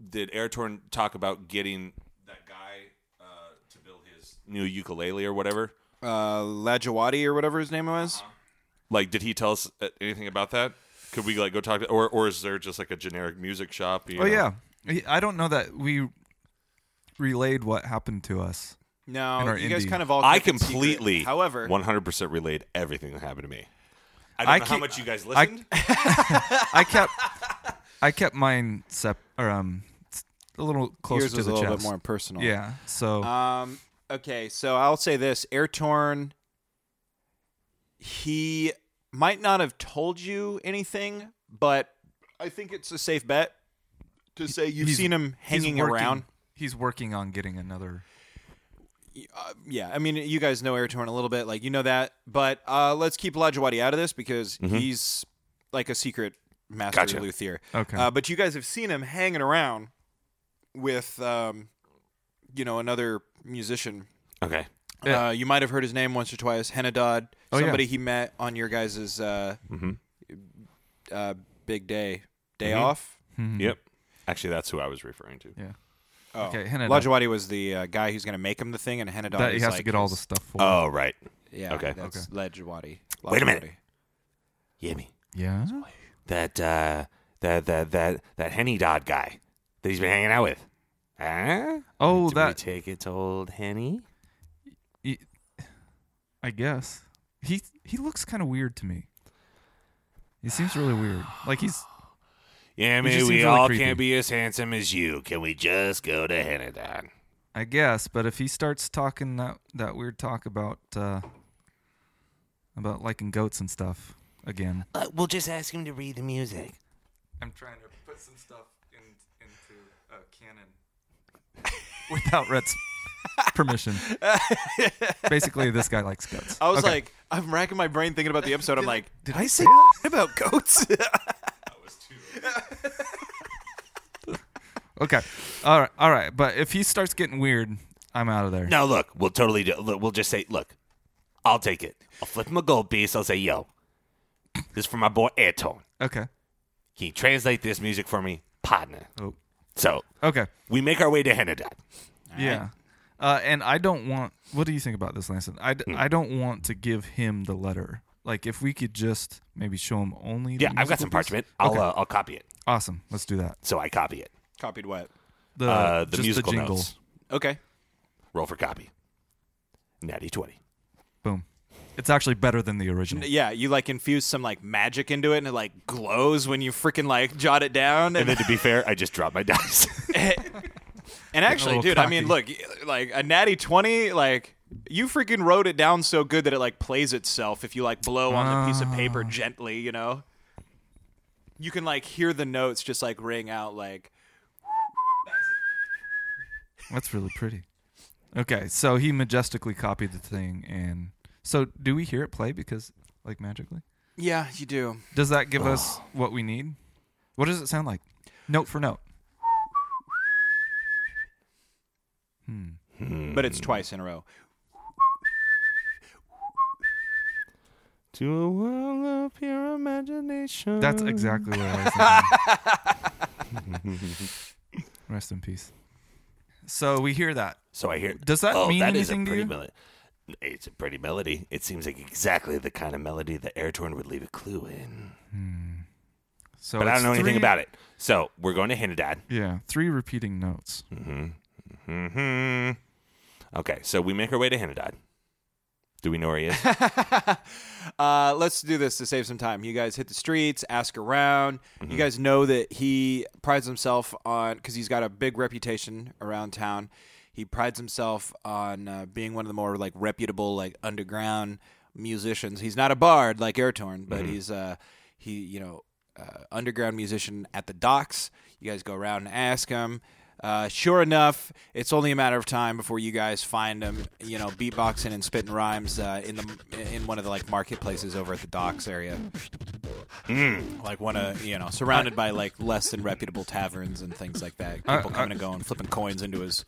[SPEAKER 6] did Airtorn talk about getting that guy uh, to build his new ukulele or whatever?
[SPEAKER 2] uh, Lajawati or whatever his name was.
[SPEAKER 6] Like, did he tell us uh, anything about that? Could we like go talk to, or or is there just like a generic music shop? you
[SPEAKER 3] Oh
[SPEAKER 6] know?
[SPEAKER 3] yeah. He- I don't know that we relayed what happened to us.
[SPEAKER 2] No,
[SPEAKER 3] And our
[SPEAKER 2] you guys
[SPEAKER 3] indie.
[SPEAKER 2] kind of all.
[SPEAKER 6] I
[SPEAKER 2] kept it secret.
[SPEAKER 6] completely,
[SPEAKER 2] However,
[SPEAKER 6] one hundred percent relayed everything that happened to me. I don't
[SPEAKER 3] I
[SPEAKER 6] know how
[SPEAKER 3] keep-
[SPEAKER 6] much you guys
[SPEAKER 3] I-
[SPEAKER 6] listened.
[SPEAKER 3] I kept I kept mine sep- or um s- a little closer
[SPEAKER 2] yours
[SPEAKER 3] to
[SPEAKER 2] was
[SPEAKER 3] the
[SPEAKER 2] a little
[SPEAKER 3] chest.
[SPEAKER 2] bit more personal.
[SPEAKER 3] yeah. So
[SPEAKER 2] Um. Okay. So I'll say this: Air Torn. He might not have told you anything, but I think it's a safe bet to say you've
[SPEAKER 3] He's-
[SPEAKER 2] seen him
[SPEAKER 3] he's
[SPEAKER 2] hanging
[SPEAKER 3] working-
[SPEAKER 2] around.
[SPEAKER 3] He's working on getting another.
[SPEAKER 2] Yeah, I mean, you guys know Air Torn a little bit, like you know that. But uh, let's keep Lajawati out of this because
[SPEAKER 3] Mm-hmm.
[SPEAKER 2] he's like a secret master
[SPEAKER 4] Gotcha.
[SPEAKER 2] luthier.
[SPEAKER 3] Okay.
[SPEAKER 2] Uh, but you guys have seen him hanging around with, um, you know, another musician
[SPEAKER 4] Okay.
[SPEAKER 3] Yeah.
[SPEAKER 2] Uh, you might have heard his name once or twice. Henadad,
[SPEAKER 3] Oh, yeah. Mm-hmm.
[SPEAKER 2] somebody he met on your guys' uh, uh, big day, day off.
[SPEAKER 3] Mm-hmm.
[SPEAKER 6] Yep. Actually, that's who I was referring to.
[SPEAKER 3] Yeah.
[SPEAKER 2] Oh.
[SPEAKER 3] Okay, Henadad.
[SPEAKER 2] Lajawati was the uh, guy who's going to make him the thing, and Henadad
[SPEAKER 3] That he
[SPEAKER 2] is
[SPEAKER 3] has
[SPEAKER 2] like
[SPEAKER 3] to get all the
[SPEAKER 2] his-
[SPEAKER 3] stuff for.
[SPEAKER 6] Oh right.
[SPEAKER 2] Yeah,
[SPEAKER 6] Okay.
[SPEAKER 2] that's Lajawati.
[SPEAKER 4] Wait a minute.
[SPEAKER 2] Lajawati.
[SPEAKER 4] Yummy.
[SPEAKER 3] yeah.
[SPEAKER 4] That uh that that that that Henny Dodd guy that he's been hanging out with. Huh?
[SPEAKER 3] Oh,
[SPEAKER 4] Do we
[SPEAKER 3] that
[SPEAKER 4] take it to old Henny?
[SPEAKER 3] I guess he he looks kind of weird to me. He seems really weird. Like he's
[SPEAKER 4] Yeah,
[SPEAKER 3] He just
[SPEAKER 4] maybe
[SPEAKER 3] seems
[SPEAKER 4] we
[SPEAKER 3] really
[SPEAKER 4] all
[SPEAKER 3] creepy.
[SPEAKER 4] can't be as handsome as you. Can we just go to Henny Dodd?
[SPEAKER 3] I guess, but if he starts talking that that weird talk about uh about liking goats and stuff again.
[SPEAKER 4] Uh, we'll just ask him to read the music.
[SPEAKER 3] I'm trying to put some stuff in into uh, canon [LAUGHS] without Rhett's [LAUGHS] permission. Basically, this guy likes goats.
[SPEAKER 2] I was
[SPEAKER 3] Okay.
[SPEAKER 2] like, I'm racking my brain thinking about the episode. I'm like,
[SPEAKER 3] did I say
[SPEAKER 2] about goats?
[SPEAKER 3] Okay. All right. All right. But if he starts getting weird, I'm out of there.
[SPEAKER 4] [LAUGHS] No, look, we'll totally do. Look, we'll just say, look, I'll take it. I'll flip him a gold piece. I'll say, yo, this is for my boy Airtone.
[SPEAKER 3] Okay.
[SPEAKER 4] Can you translate this music for me, partner?
[SPEAKER 3] Oh.
[SPEAKER 4] So
[SPEAKER 3] Okay.
[SPEAKER 4] we make our way to Henny Dodd.
[SPEAKER 3] yeah. Uh, and I don't want. What do you think about this, Lanston? I,
[SPEAKER 4] Hmm.
[SPEAKER 3] d- I don't want to give him the letter. Like, if we could just maybe show him only. the
[SPEAKER 4] Yeah, I've got
[SPEAKER 3] musical
[SPEAKER 4] some
[SPEAKER 3] piece.
[SPEAKER 4] parchment. I'll
[SPEAKER 3] Okay.
[SPEAKER 4] uh, I'll copy it.
[SPEAKER 3] awesome. Let's do that.
[SPEAKER 4] So I copy it.
[SPEAKER 2] Copied what?
[SPEAKER 3] The
[SPEAKER 4] Uh, the
[SPEAKER 3] just
[SPEAKER 4] musical
[SPEAKER 3] the jingle.
[SPEAKER 4] notes.
[SPEAKER 2] Okay.
[SPEAKER 4] Roll for copy. Natty twenty.
[SPEAKER 3] Boom. It's actually better than the original.
[SPEAKER 2] Yeah, you like infuse some like magic into it, and it like glows when you freaking like jot it down.
[SPEAKER 4] And then to be fair, I just dropped my [LAUGHS] dice.
[SPEAKER 2] And actually,
[SPEAKER 3] little
[SPEAKER 2] dude, I mean, look,
[SPEAKER 3] cocky.
[SPEAKER 2] like a natty twenty, like you freaking wrote it down so good that it like plays itself if you like blow on the piece of paper gently, you know. You can like hear the notes just like ring out, like
[SPEAKER 3] That's really pretty. Okay, so he majestically copied the thing, and so do we hear it play because like magically?
[SPEAKER 2] yeah, you do.
[SPEAKER 3] Does that give us what we need? What does it sound like? Note for note.
[SPEAKER 2] But it's twice in a row.
[SPEAKER 4] to a world of pure imagination.
[SPEAKER 3] That's exactly what I was thinking. Rest in peace. So we hear that.
[SPEAKER 4] so I hear.
[SPEAKER 3] Does that
[SPEAKER 4] oh,
[SPEAKER 3] mean
[SPEAKER 4] that is
[SPEAKER 3] anything
[SPEAKER 4] a
[SPEAKER 3] to
[SPEAKER 4] pretty
[SPEAKER 3] you?
[SPEAKER 4] mel- It's a pretty melody. It seems like exactly the kind of melody that Airtorn would leave a clue in.
[SPEAKER 3] So
[SPEAKER 4] But I
[SPEAKER 3] it's
[SPEAKER 4] don't know anything
[SPEAKER 3] three-
[SPEAKER 4] about it. So we're going to Hinadad.
[SPEAKER 3] Yeah, three repeating notes.
[SPEAKER 4] hmm Okay, so we make our way to Hinadad. Do we know where he is?
[SPEAKER 2] [LAUGHS] uh, let's do this to save some time. You guys hit the streets, ask around. You guys know that he prides himself on because he's got a big reputation around town. He prides himself on uh, being one of the more like reputable like underground musicians. He's not a bard like Airtorn, but he's uh, he you know uh, underground musician at the docks. You guys go around and ask him. Uh, sure enough, it's only a matter of time before you guys find him. You know, beatboxing and spitting rhymes uh, in the in one of the like marketplaces over at the docks area.
[SPEAKER 4] Hmm.
[SPEAKER 2] Like one of you know, surrounded by like less than reputable taverns and things like that.
[SPEAKER 4] Uh,
[SPEAKER 2] People
[SPEAKER 3] I-
[SPEAKER 2] coming and going, flipping coins into his.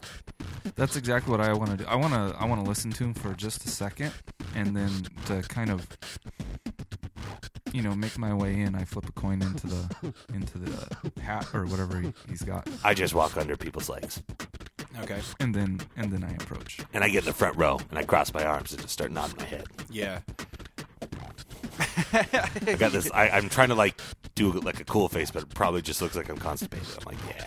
[SPEAKER 3] That's exactly what I want to do. I want to I want to listen to him for just a second, and then to kind of, you know, make my way in. I flip a coin into the into the hat or whatever he, he's got,
[SPEAKER 4] I just
[SPEAKER 3] [LAUGHS]
[SPEAKER 4] walk under people's legs.
[SPEAKER 2] Okay,
[SPEAKER 3] and then and then I approach.
[SPEAKER 4] And I get in the front row and I cross my arms and just start nodding my head.
[SPEAKER 2] yeah.
[SPEAKER 4] I got this. I, I'm trying to like do like a cool face, but it probably just looks like I'm constipated. I'm like, yeah.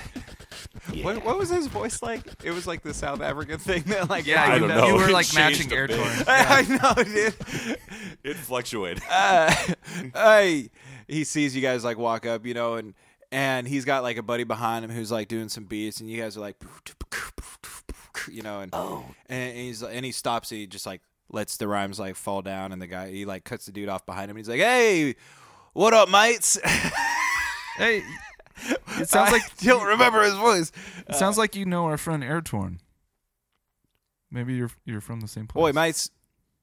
[SPEAKER 4] yeah.
[SPEAKER 2] What, what was his voice like? It was like the South African thing that like.
[SPEAKER 3] Yeah,
[SPEAKER 4] I
[SPEAKER 3] you,
[SPEAKER 4] don't know.
[SPEAKER 3] you were
[SPEAKER 4] [LAUGHS] It
[SPEAKER 3] like
[SPEAKER 6] changed
[SPEAKER 3] matching
[SPEAKER 6] a
[SPEAKER 3] air
[SPEAKER 6] bit.
[SPEAKER 3] torn.
[SPEAKER 2] [LAUGHS]
[SPEAKER 4] [LAUGHS]
[SPEAKER 2] I know, dude.
[SPEAKER 6] It fluctuated.
[SPEAKER 2] uh, [LAUGHS] hey, he sees you guys like walk up, you know, and and he's got like a buddy behind him who's like doing some beats, and you guys are like, [LAUGHS] you know, and
[SPEAKER 3] Oh.
[SPEAKER 2] and he's and he stops, and he just like lets the rhymes like fall down, and the guy he like cuts the dude off behind him, and he's like, hey. What up, mates? [LAUGHS]
[SPEAKER 3] Hey, it sounds [LAUGHS] like
[SPEAKER 2] I don't remember his voice.
[SPEAKER 3] it sounds like you know our friend air torn. Maybe you're you're from the same place.
[SPEAKER 2] Boy, mates,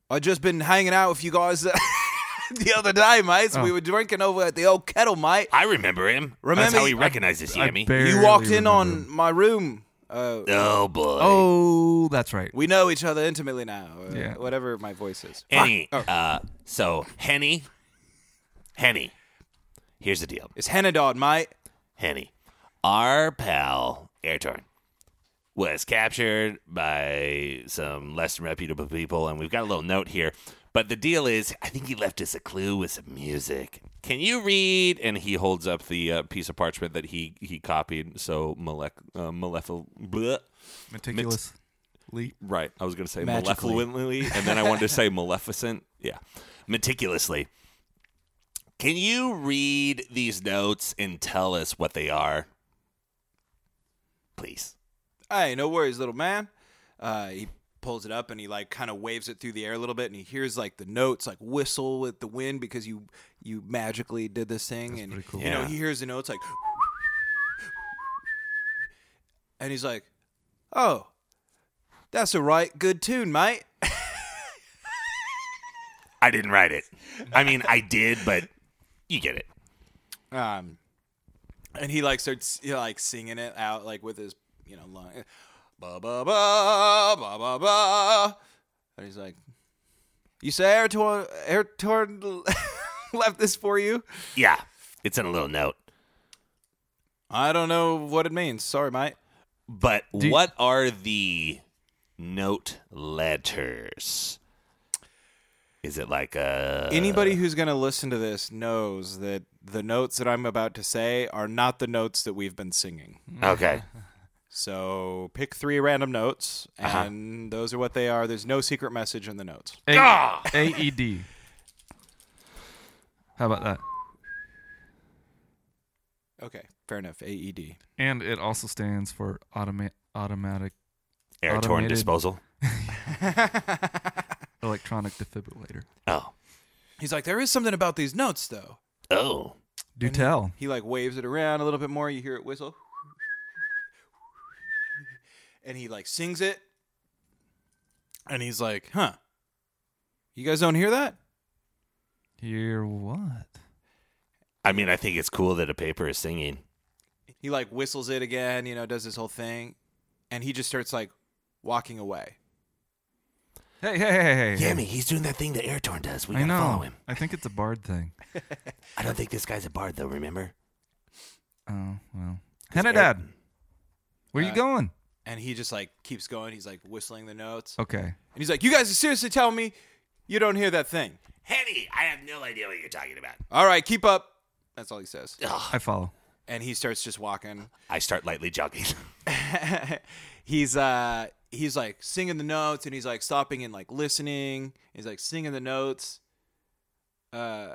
[SPEAKER 2] I just been hanging out with you guys [LAUGHS] the other day, mates. We
[SPEAKER 3] Oh.
[SPEAKER 2] were drinking over at the old kettle, mate.
[SPEAKER 4] I remember him. That's
[SPEAKER 2] Remember-
[SPEAKER 4] how he recognizes
[SPEAKER 3] I
[SPEAKER 4] Yami.
[SPEAKER 3] barely
[SPEAKER 2] You walked in
[SPEAKER 3] remember
[SPEAKER 2] on
[SPEAKER 3] him.
[SPEAKER 2] my room. Uh,
[SPEAKER 4] Oh boy.
[SPEAKER 3] Oh, that's right.
[SPEAKER 2] We know each other intimately now. or
[SPEAKER 3] Yeah.
[SPEAKER 2] Whatever my voice is.
[SPEAKER 4] Henny.
[SPEAKER 3] Oh.
[SPEAKER 4] Uh, so Henny. Henny. Here's the deal,
[SPEAKER 2] It's Henadod, mate.
[SPEAKER 4] Henny. Our pal Airtorn was captured by some less than reputable people, and we've got a little note here. But the deal is, I think he left us a clue with some music.
[SPEAKER 6] Can you read? And he holds up the uh, piece of parchment that he he copied. So malec uh, malefil. bleh.
[SPEAKER 3] Meticulous. Lee.
[SPEAKER 6] Right. I was going to say
[SPEAKER 2] Magically.
[SPEAKER 6] malevolently, and then I wanted to say maleficent. Yeah.
[SPEAKER 4] meticulously. Can you read these notes and tell us what they are? Please.
[SPEAKER 2] Hey, no worries, little man. Uh, he pulls it up and he like kind of waves it through the air a little bit, and he hears like the notes like whistle with the wind because you you magically did this thing, and
[SPEAKER 3] pretty cool.
[SPEAKER 2] you know
[SPEAKER 4] Yeah.
[SPEAKER 2] he hears the notes like, and he's like, "Oh, that's a right good tune, mate."
[SPEAKER 4] I didn't write it. I mean, I did, but you get it.
[SPEAKER 2] Um, and he like starts you know, like singing it out like with his you know lung, ba ba ba ba ba ba, and he's like, "You say air torn air torn [LAUGHS] left this for you?
[SPEAKER 4] Yeah, it's in a little note.
[SPEAKER 2] I don't know what it means. Sorry, mate.
[SPEAKER 4] But
[SPEAKER 3] you-
[SPEAKER 4] what are the note letters? Is it like a
[SPEAKER 2] Anybody who's gonna listen to this knows that the notes that I'm about to say are not the notes that we've been singing.
[SPEAKER 4] okay?
[SPEAKER 3] [LAUGHS]
[SPEAKER 2] So pick three random notes, and those are what they are. There's no secret message in the notes.
[SPEAKER 3] A- E AED. How about that?
[SPEAKER 2] Okay, fair enough. E AED.
[SPEAKER 3] And it also stands for automa- automatic
[SPEAKER 4] Air torn
[SPEAKER 3] Automated-
[SPEAKER 4] disposal.
[SPEAKER 3] electronic defibrillator.
[SPEAKER 4] Oh,
[SPEAKER 2] [LAUGHS] He's like, there is something about these notes, though.
[SPEAKER 4] oh,
[SPEAKER 3] Do tell.
[SPEAKER 2] He like waves it around a little bit more. You hear it whistle, and he like sings it, and he's like, "Huh? You guys don't hear that?"
[SPEAKER 3] Hear what?
[SPEAKER 4] I mean, I think it's cool that a paper is singing.
[SPEAKER 2] He like whistles it again. You know, does this whole thing, and he just starts like walking away.
[SPEAKER 3] Hey, hey, hey, hey, hey.
[SPEAKER 4] Yami, he's doing that thing that Airtorn does. We
[SPEAKER 3] I
[SPEAKER 4] gotta
[SPEAKER 3] know.
[SPEAKER 4] follow him.
[SPEAKER 3] I think it's a bard thing.
[SPEAKER 4] I don't think this guy's a bard though, remember?
[SPEAKER 3] Oh, well. Henadad, where you going?
[SPEAKER 2] and he just like keeps going. He's like whistling the notes,
[SPEAKER 3] Okay.
[SPEAKER 2] and he's like, "You guys are seriously telling me you don't hear that thing?
[SPEAKER 4] Henny, I have no idea what you're talking about.
[SPEAKER 2] All right, keep up." That's all he says,
[SPEAKER 3] I follow.
[SPEAKER 2] and he starts just walking.
[SPEAKER 4] I start lightly jogging. [LAUGHS]
[SPEAKER 2] [LAUGHS] he's uh he's like singing the notes and he's like stopping and like listening he's like singing the notes uh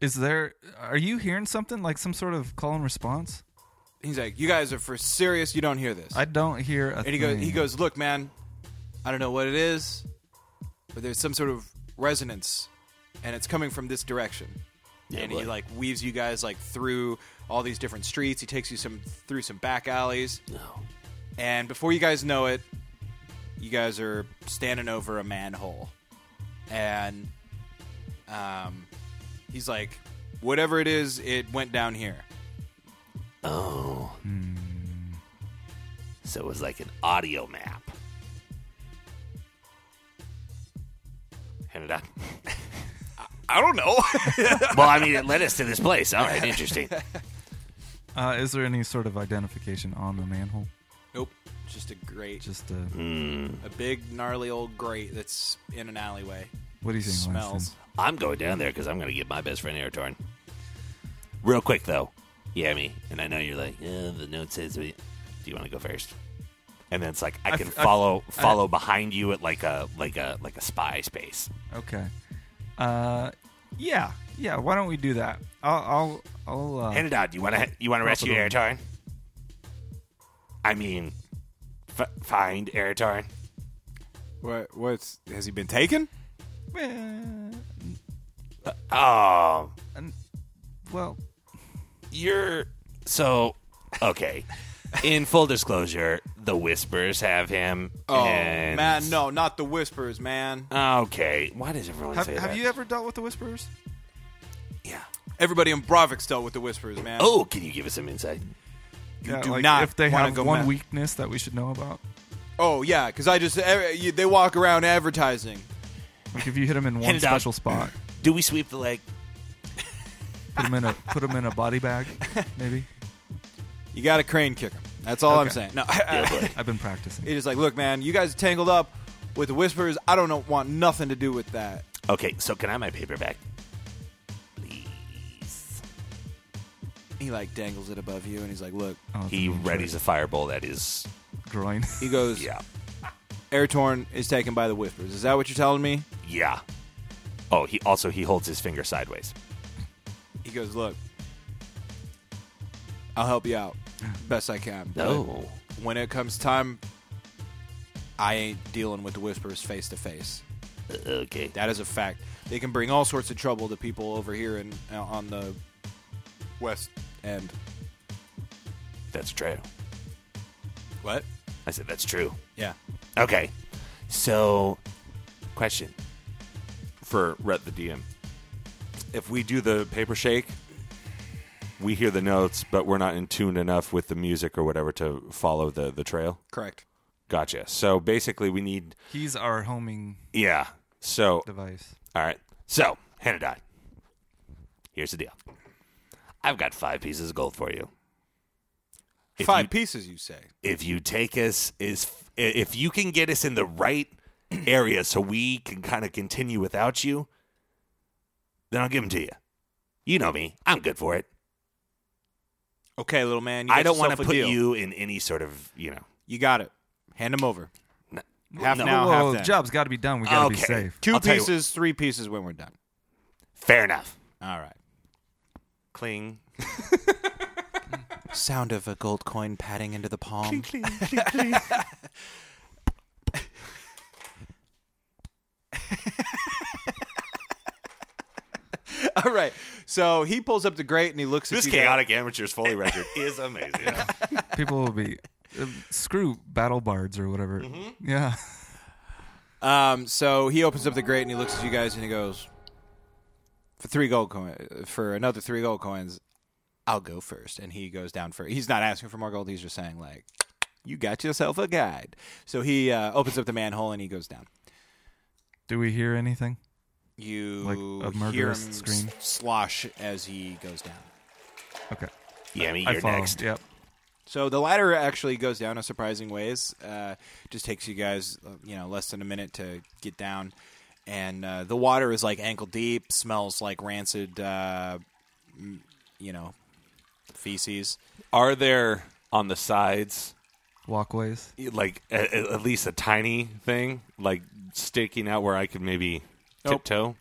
[SPEAKER 3] Is there? Are you hearing something like some sort of call and response?
[SPEAKER 2] he's like you guys are for serious you don't hear this
[SPEAKER 3] I don't hear a.
[SPEAKER 2] and he goes
[SPEAKER 3] thing.
[SPEAKER 2] he goes look man i don't know what it is but there's some sort of resonance and it's coming from this direction and he like weaves you guys like through all these different streets he takes you some through some back alleys and before you guys know it you guys are standing over a manhole and um he's like whatever it is it went down here
[SPEAKER 4] Oh.
[SPEAKER 3] Hmm.
[SPEAKER 4] So it was like an audio map. Hand
[SPEAKER 3] [LAUGHS]
[SPEAKER 4] it up.
[SPEAKER 2] i don't know
[SPEAKER 4] [LAUGHS] well, I mean, it led us to this place. All right, interesting.
[SPEAKER 3] Uh, is there any sort of identification on the manhole?
[SPEAKER 2] nope just a great
[SPEAKER 3] Just uh,
[SPEAKER 2] Mm. A big gnarly old grate that's in an alleyway.
[SPEAKER 3] what do you think?
[SPEAKER 2] Smells.
[SPEAKER 4] I'm going down there because I'm going to get my best friend Airtorn. Real quick, though. Yeah, me. And I know you're like, eh, the note says, we- do you want to go first? And then it's like I
[SPEAKER 3] I
[SPEAKER 4] can
[SPEAKER 3] f- I f-
[SPEAKER 4] follow follow behind you at like a like a like a spy space.
[SPEAKER 3] Winston? Okay. Uh, yeah, yeah. Why don't we do that? I'll, I'll, I'll. Uh,
[SPEAKER 4] Hand it out. Do you want to you want to rescue
[SPEAKER 3] Proper
[SPEAKER 4] Airtorn? I mean, f- find Airtorn.
[SPEAKER 2] What? What's? Has he been taken?
[SPEAKER 3] eh,
[SPEAKER 4] Oh,
[SPEAKER 3] well,
[SPEAKER 4] you're so okay. In full disclosure, the Whispers have him.
[SPEAKER 2] Oh
[SPEAKER 4] and-
[SPEAKER 2] man, no, not the whispers, man.
[SPEAKER 4] Okay, why does everyone
[SPEAKER 3] have,
[SPEAKER 4] say
[SPEAKER 3] have
[SPEAKER 4] that?
[SPEAKER 3] you ever dealt with the whisperers?
[SPEAKER 4] yeah.
[SPEAKER 2] Everybody in Bravik's dealt with the whispers, man.
[SPEAKER 4] Oh, can you give us some insight?
[SPEAKER 3] You
[SPEAKER 2] do not
[SPEAKER 3] If they
[SPEAKER 2] wanna
[SPEAKER 3] have
[SPEAKER 2] go
[SPEAKER 3] one
[SPEAKER 2] meth.
[SPEAKER 3] weakness that we should know about,
[SPEAKER 2] oh yeah, because I just eh, you- they walk around advertising.
[SPEAKER 3] like if you hit
[SPEAKER 2] [LAUGHS]
[SPEAKER 3] them in one
[SPEAKER 4] it out.
[SPEAKER 3] special spot,
[SPEAKER 4] Do we sweep the leg?
[SPEAKER 3] put them in a put 'em in a
[SPEAKER 2] [LAUGHS]
[SPEAKER 3] body bag, maybe.
[SPEAKER 2] You got to crane kick them. That's all I'm
[SPEAKER 3] Okay.
[SPEAKER 2] saying. No, [LAUGHS]
[SPEAKER 3] I've been practicing.
[SPEAKER 2] it is like, look, man, you guys are tangled up with the whispers. I don't know, want nothing to do with that.
[SPEAKER 4] [LAUGHS] Okay, so can I have my paper back? Please.
[SPEAKER 2] He like dangles it above you, and he's like, look.
[SPEAKER 3] Oh,
[SPEAKER 4] He readies a fireball that is.
[SPEAKER 3] groin.
[SPEAKER 2] He goes,
[SPEAKER 4] Yeah.
[SPEAKER 2] Airtorn is taken by the whispers. Is that what you're telling me?
[SPEAKER 4] Yeah. Oh, he also he holds his finger sideways.
[SPEAKER 2] he goes, "Look, I'll help you out best I can. but
[SPEAKER 4] No.
[SPEAKER 2] when it comes time, I ain't dealing with the whispers face to face.
[SPEAKER 3] Oh.
[SPEAKER 4] Okay.
[SPEAKER 2] That is a fact. They can bring all sorts of trouble to people over here and uh, on the west end.
[SPEAKER 4] That's true.
[SPEAKER 2] What?
[SPEAKER 4] I said that's true.
[SPEAKER 2] Yeah.
[SPEAKER 4] Okay. So, question.
[SPEAKER 6] for Rhett the DM. If we do the paper shake, we hear the notes, but we're not in tune enough with the music or whatever to follow the, the trail.
[SPEAKER 2] Correct.
[SPEAKER 6] Gotcha. So basically, we need.
[SPEAKER 3] He's our homing
[SPEAKER 6] Yeah. So,
[SPEAKER 3] device.
[SPEAKER 6] all right.
[SPEAKER 4] So, Hanadai, here's the deal. I've got five pieces of gold for you. If
[SPEAKER 2] Five
[SPEAKER 4] you-
[SPEAKER 2] pieces, you say.
[SPEAKER 4] if you take us is if you can get us in the right [CLEARS THROAT] area so we can kind of continue without you then i'll give them to you you know me i'm good for it
[SPEAKER 2] Okay, little man. You
[SPEAKER 4] i don't want
[SPEAKER 2] want
[SPEAKER 4] to put you in any sort of you know
[SPEAKER 2] You got it. Hand them over.
[SPEAKER 4] n-
[SPEAKER 2] Half
[SPEAKER 4] no.
[SPEAKER 2] now,
[SPEAKER 3] whoa,
[SPEAKER 2] half
[SPEAKER 3] whoa,
[SPEAKER 2] then.
[SPEAKER 3] job's got to be done. We got to
[SPEAKER 4] Okay.
[SPEAKER 3] be safe.
[SPEAKER 2] Two
[SPEAKER 4] I'll tell you what-
[SPEAKER 2] pieces, three pieces when we're done.
[SPEAKER 4] fair enough
[SPEAKER 2] All right.
[SPEAKER 4] cling
[SPEAKER 2] Sound of a gold coin patting into the palm. [LAUGHS] All right. So he pulls up the grate and he looks at
[SPEAKER 4] this
[SPEAKER 2] you guys.
[SPEAKER 4] chaotic amateurs foley
[SPEAKER 6] [LAUGHS]
[SPEAKER 4] record is amazing
[SPEAKER 3] People will be uh, screw battle bards or whatever.
[SPEAKER 2] Mm-hmm.
[SPEAKER 3] Yeah.
[SPEAKER 2] Um, so he opens up the grate and he looks at you guys and he goes, "For three gold coin, for another three gold coins, I'll go first. And he goes down for. He's not asking for more gold. He's just saying like, "You got yourself a guide." So he uh, opens up the manhole and he goes down.
[SPEAKER 3] Do we hear anything?
[SPEAKER 2] You
[SPEAKER 3] Like a
[SPEAKER 2] hear him
[SPEAKER 3] murderous scream?
[SPEAKER 2] s- slosh as he goes down.
[SPEAKER 3] Okay.
[SPEAKER 4] yami
[SPEAKER 3] I
[SPEAKER 4] you're
[SPEAKER 3] follow.
[SPEAKER 4] next
[SPEAKER 3] Yep.
[SPEAKER 2] So the ladder actually goes down a surprising ways. Uh, just takes you guys, uh, you know, less than a minute to get down, and uh, the water is like ankle deep. Smells like rancid, uh, m- you know, feces.
[SPEAKER 6] Are there on the sides
[SPEAKER 3] Walkways.
[SPEAKER 6] like a, a- at least a tiny thing like sticking out where I could maybe
[SPEAKER 4] Oh.
[SPEAKER 2] Nope.
[SPEAKER 6] tiptoe?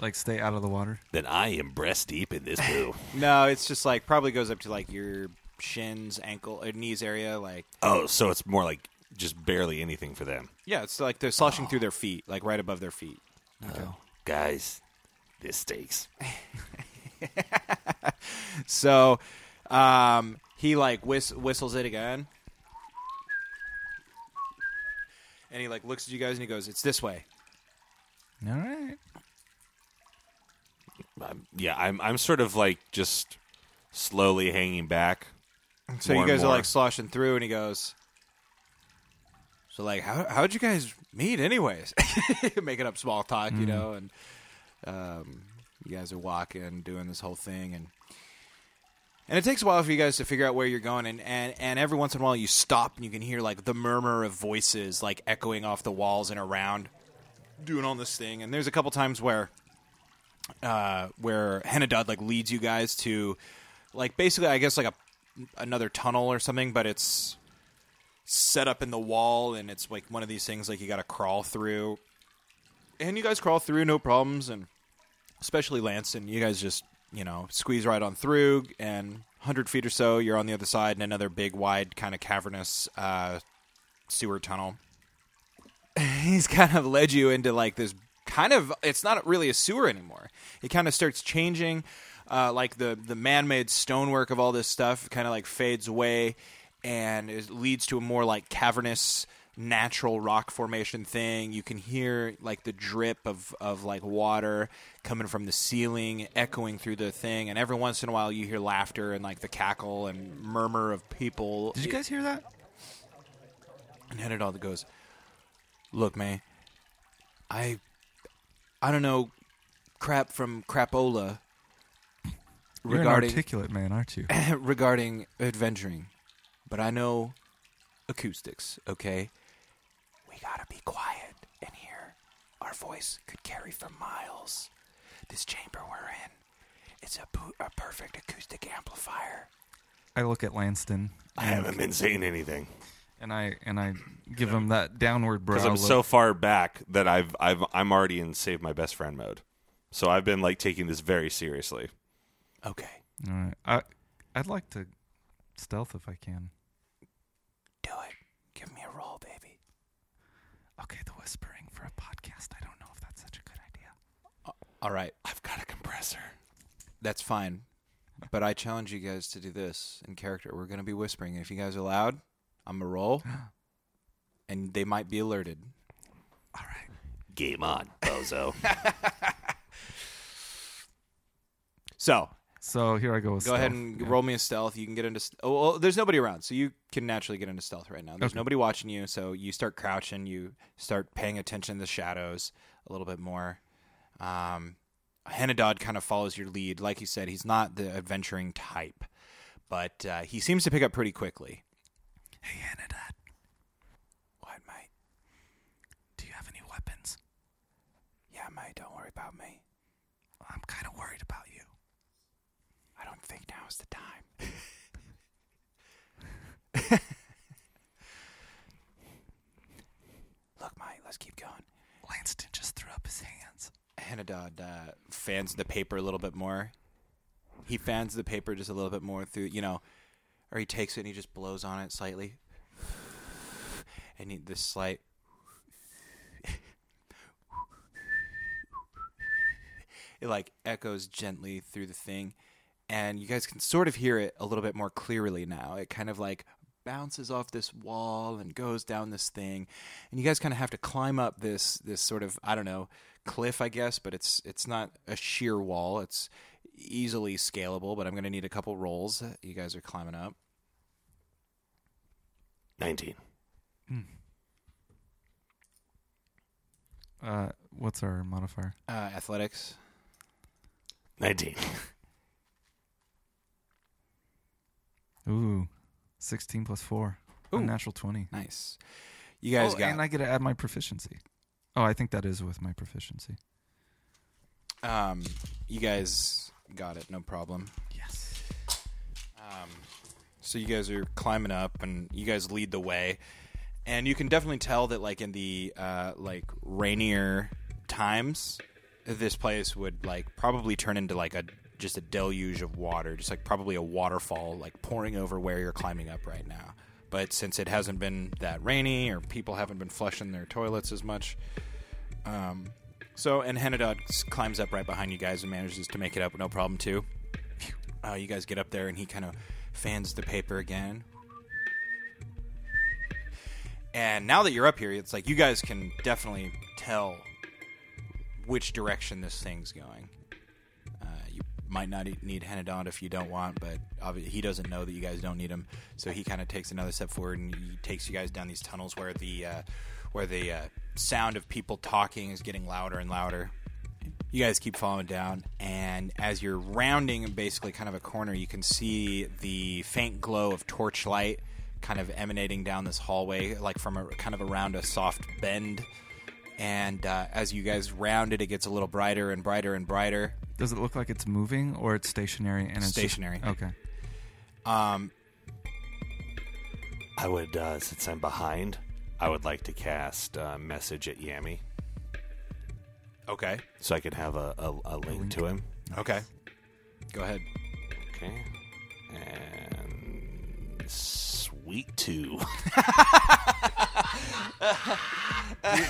[SPEAKER 3] Like stay out of the water.
[SPEAKER 4] Then I am breast deep in this
[SPEAKER 6] [LAUGHS]
[SPEAKER 4] poo.
[SPEAKER 2] No, it's just like probably goes up to like your shins, ankle, uh, knees area. Like
[SPEAKER 6] Oh, so it's more like just barely anything for them.
[SPEAKER 2] yeah, it's like they're sloshing through their feet, like right above their feet.
[SPEAKER 4] Guys, this stinks.
[SPEAKER 2] So um, he like whist- whistles it again. And he like looks at you guys and he goes, "It's this way."
[SPEAKER 3] All right.
[SPEAKER 6] Um, yeah, I'm I'm sort of like just slowly hanging back.
[SPEAKER 2] So
[SPEAKER 6] More
[SPEAKER 2] you
[SPEAKER 6] and
[SPEAKER 2] guys are
[SPEAKER 6] more.
[SPEAKER 2] like sloshing through, and he goes, "So like, how how'd you guys meet, anyways?" [LAUGHS] Making up small talk,
[SPEAKER 6] Mm-hmm.
[SPEAKER 2] you know, and um, you guys are walking, doing this whole thing, and and it takes a while for you guys to figure out where you're going, and and and every once in a while you stop, and you can hear like the murmur of voices like echoing off the walls and around, doing all this thing, and there's a couple times where uh, where Henadad like leads you guys to like basically I guess like a another tunnel or something, but it's set up in the wall and it's like one of these things like you got to crawl through. And you guys crawl through no problems and especially Lance and you guys just, you know, squeeze right on through and 100 feet or so you're on the other side in another big wide kind of cavernous uh, sewer tunnel [LAUGHS] he's kind of led you into like this kind of it's not really a sewer anymore it kind of starts changing uh, like the the man-made stonework of all this stuff kind of like fades away and it leads to a more like cavernous natural rock formation thing you can hear like the drip of of like water coming from the ceiling echoing through the thing and every once in a while you hear laughter and like the cackle and murmur of people
[SPEAKER 3] Did you guys hear that?
[SPEAKER 2] and had it all that goes, Look, man, I I don't know crap from crapola
[SPEAKER 3] You're an
[SPEAKER 2] regarding
[SPEAKER 3] articulate man, aren't you?
[SPEAKER 2] [LAUGHS] regarding adventuring, but I know acoustics, okay? We gotta be quiet in here. Our voice could carry for miles. This chamber we're in, it's a, pu- a perfect acoustic amplifier.
[SPEAKER 3] I look at Lanston
[SPEAKER 6] I haven't been saying anything
[SPEAKER 3] and I and I give him that downward brow.
[SPEAKER 6] because I'm
[SPEAKER 3] look.
[SPEAKER 6] so far back that I've I've I'm already in save my best friend mode. So I've been like taking this very seriously.
[SPEAKER 2] Okay,
[SPEAKER 3] All right. I I'd like to stealth if I can.
[SPEAKER 2] do it. Give me a roll, baby.
[SPEAKER 3] Okay, the whispering for a podcast. I don't know if that's such a good idea.
[SPEAKER 2] All right.
[SPEAKER 6] I've got a compressor.
[SPEAKER 2] That's fine. But I challenge you guys to do this in character. We're going to be whispering. If you guys are loud, I'm going to
[SPEAKER 6] [GASPS]
[SPEAKER 2] roll. And they might be alerted.
[SPEAKER 3] All right.
[SPEAKER 4] Game on,
[SPEAKER 6] [LAUGHS]
[SPEAKER 4] bozo.
[SPEAKER 2] So
[SPEAKER 3] So here I go. With
[SPEAKER 2] go ahead
[SPEAKER 3] stealth.
[SPEAKER 2] and
[SPEAKER 3] Yeah.
[SPEAKER 2] roll me a stealth. You can get into. St- oh, well, there's nobody around, so you can naturally get into stealth right now. There's
[SPEAKER 3] Okay.
[SPEAKER 2] nobody watching you, so you start crouching. You start paying attention to the shadows a little bit more. Um, Henadad kind of follows your lead. Like you said, he's not the adventuring type, but uh, he seems to pick up pretty quickly.
[SPEAKER 3] Hey, Anadad,
[SPEAKER 2] What, mate?
[SPEAKER 3] do you have any weapons?
[SPEAKER 2] Yeah, mate, don't worry about me.
[SPEAKER 3] I'm kind of worried about you.
[SPEAKER 2] I don't think now is the time. [LAUGHS] Look, mate, let's keep going.
[SPEAKER 3] Lanston just threw up his hands.
[SPEAKER 2] Henadad uh, fans the paper a little bit more. He fans the paper just a little bit more through, you know, or he takes it and he just blows on it slightly. And he, this slight. It like echoes gently through the thing, and you guys can sort of hear it a little bit more clearly now. It kind of like bounces off this wall and goes down this thing, and you guys kind of have to climb up this this sort of I don't know cliff, I guess, but it's it's not a sheer wall. It's easily scalable, but I'm gonna need a couple rolls. You guys are climbing up.
[SPEAKER 4] 19.
[SPEAKER 3] Uh, what's our modifier?
[SPEAKER 2] Uh, athletics.
[SPEAKER 4] 19.
[SPEAKER 3] Ooh, 16 plus 4. A
[SPEAKER 2] Ooh.
[SPEAKER 3] natural 20.
[SPEAKER 2] Nice. You guys
[SPEAKER 3] Oh,
[SPEAKER 2] got
[SPEAKER 3] and I get to add my proficiency. Oh, I think that is with my proficiency.
[SPEAKER 2] um you guys got it, no problem. Um,
[SPEAKER 3] Yes.
[SPEAKER 2] So you guys are climbing up, and you guys lead the way, and you can definitely tell that like in the uh, like rainier times, this place would like probably turn into like a just a deluge of water, just like probably a waterfall like pouring over where you're climbing up right now. But since it hasn't been that rainy, or people haven't been flushing their toilets as much, um, so and Henadod s- climbs up right behind you guys and manages to make it up no problem too. Uh, you guys get up there, and he kind of fans the paper again. And now that you're up here, it's like you guys can definitely tell which direction this thing's going. Uh, you might not e- need Henadon if you don't want, but obvi- he doesn't know that you guys don't need him, so he kind of takes another step forward and he takes you guys down these tunnels where the uh, where the uh, sound of people talking is getting louder and louder. You guys keep following down, and as you're rounding basically kind of a corner, you can see the faint glow of torchlight kind of emanating down this hallway, like from a kind of around a soft bend. And uh, as you guys round it, it gets a little brighter and brighter and brighter.
[SPEAKER 3] Does it look like it's moving or it's stationary and it's just-
[SPEAKER 2] Stationary. [LAUGHS]
[SPEAKER 3] okay.
[SPEAKER 2] Um,
[SPEAKER 6] I would, uh, since I'm behind, I would like to cast uh, message at Yami
[SPEAKER 2] okay,
[SPEAKER 6] so I could have a, a, a link to him.
[SPEAKER 2] okay, go ahead.
[SPEAKER 6] Okay. And sweet two.
[SPEAKER 3] Do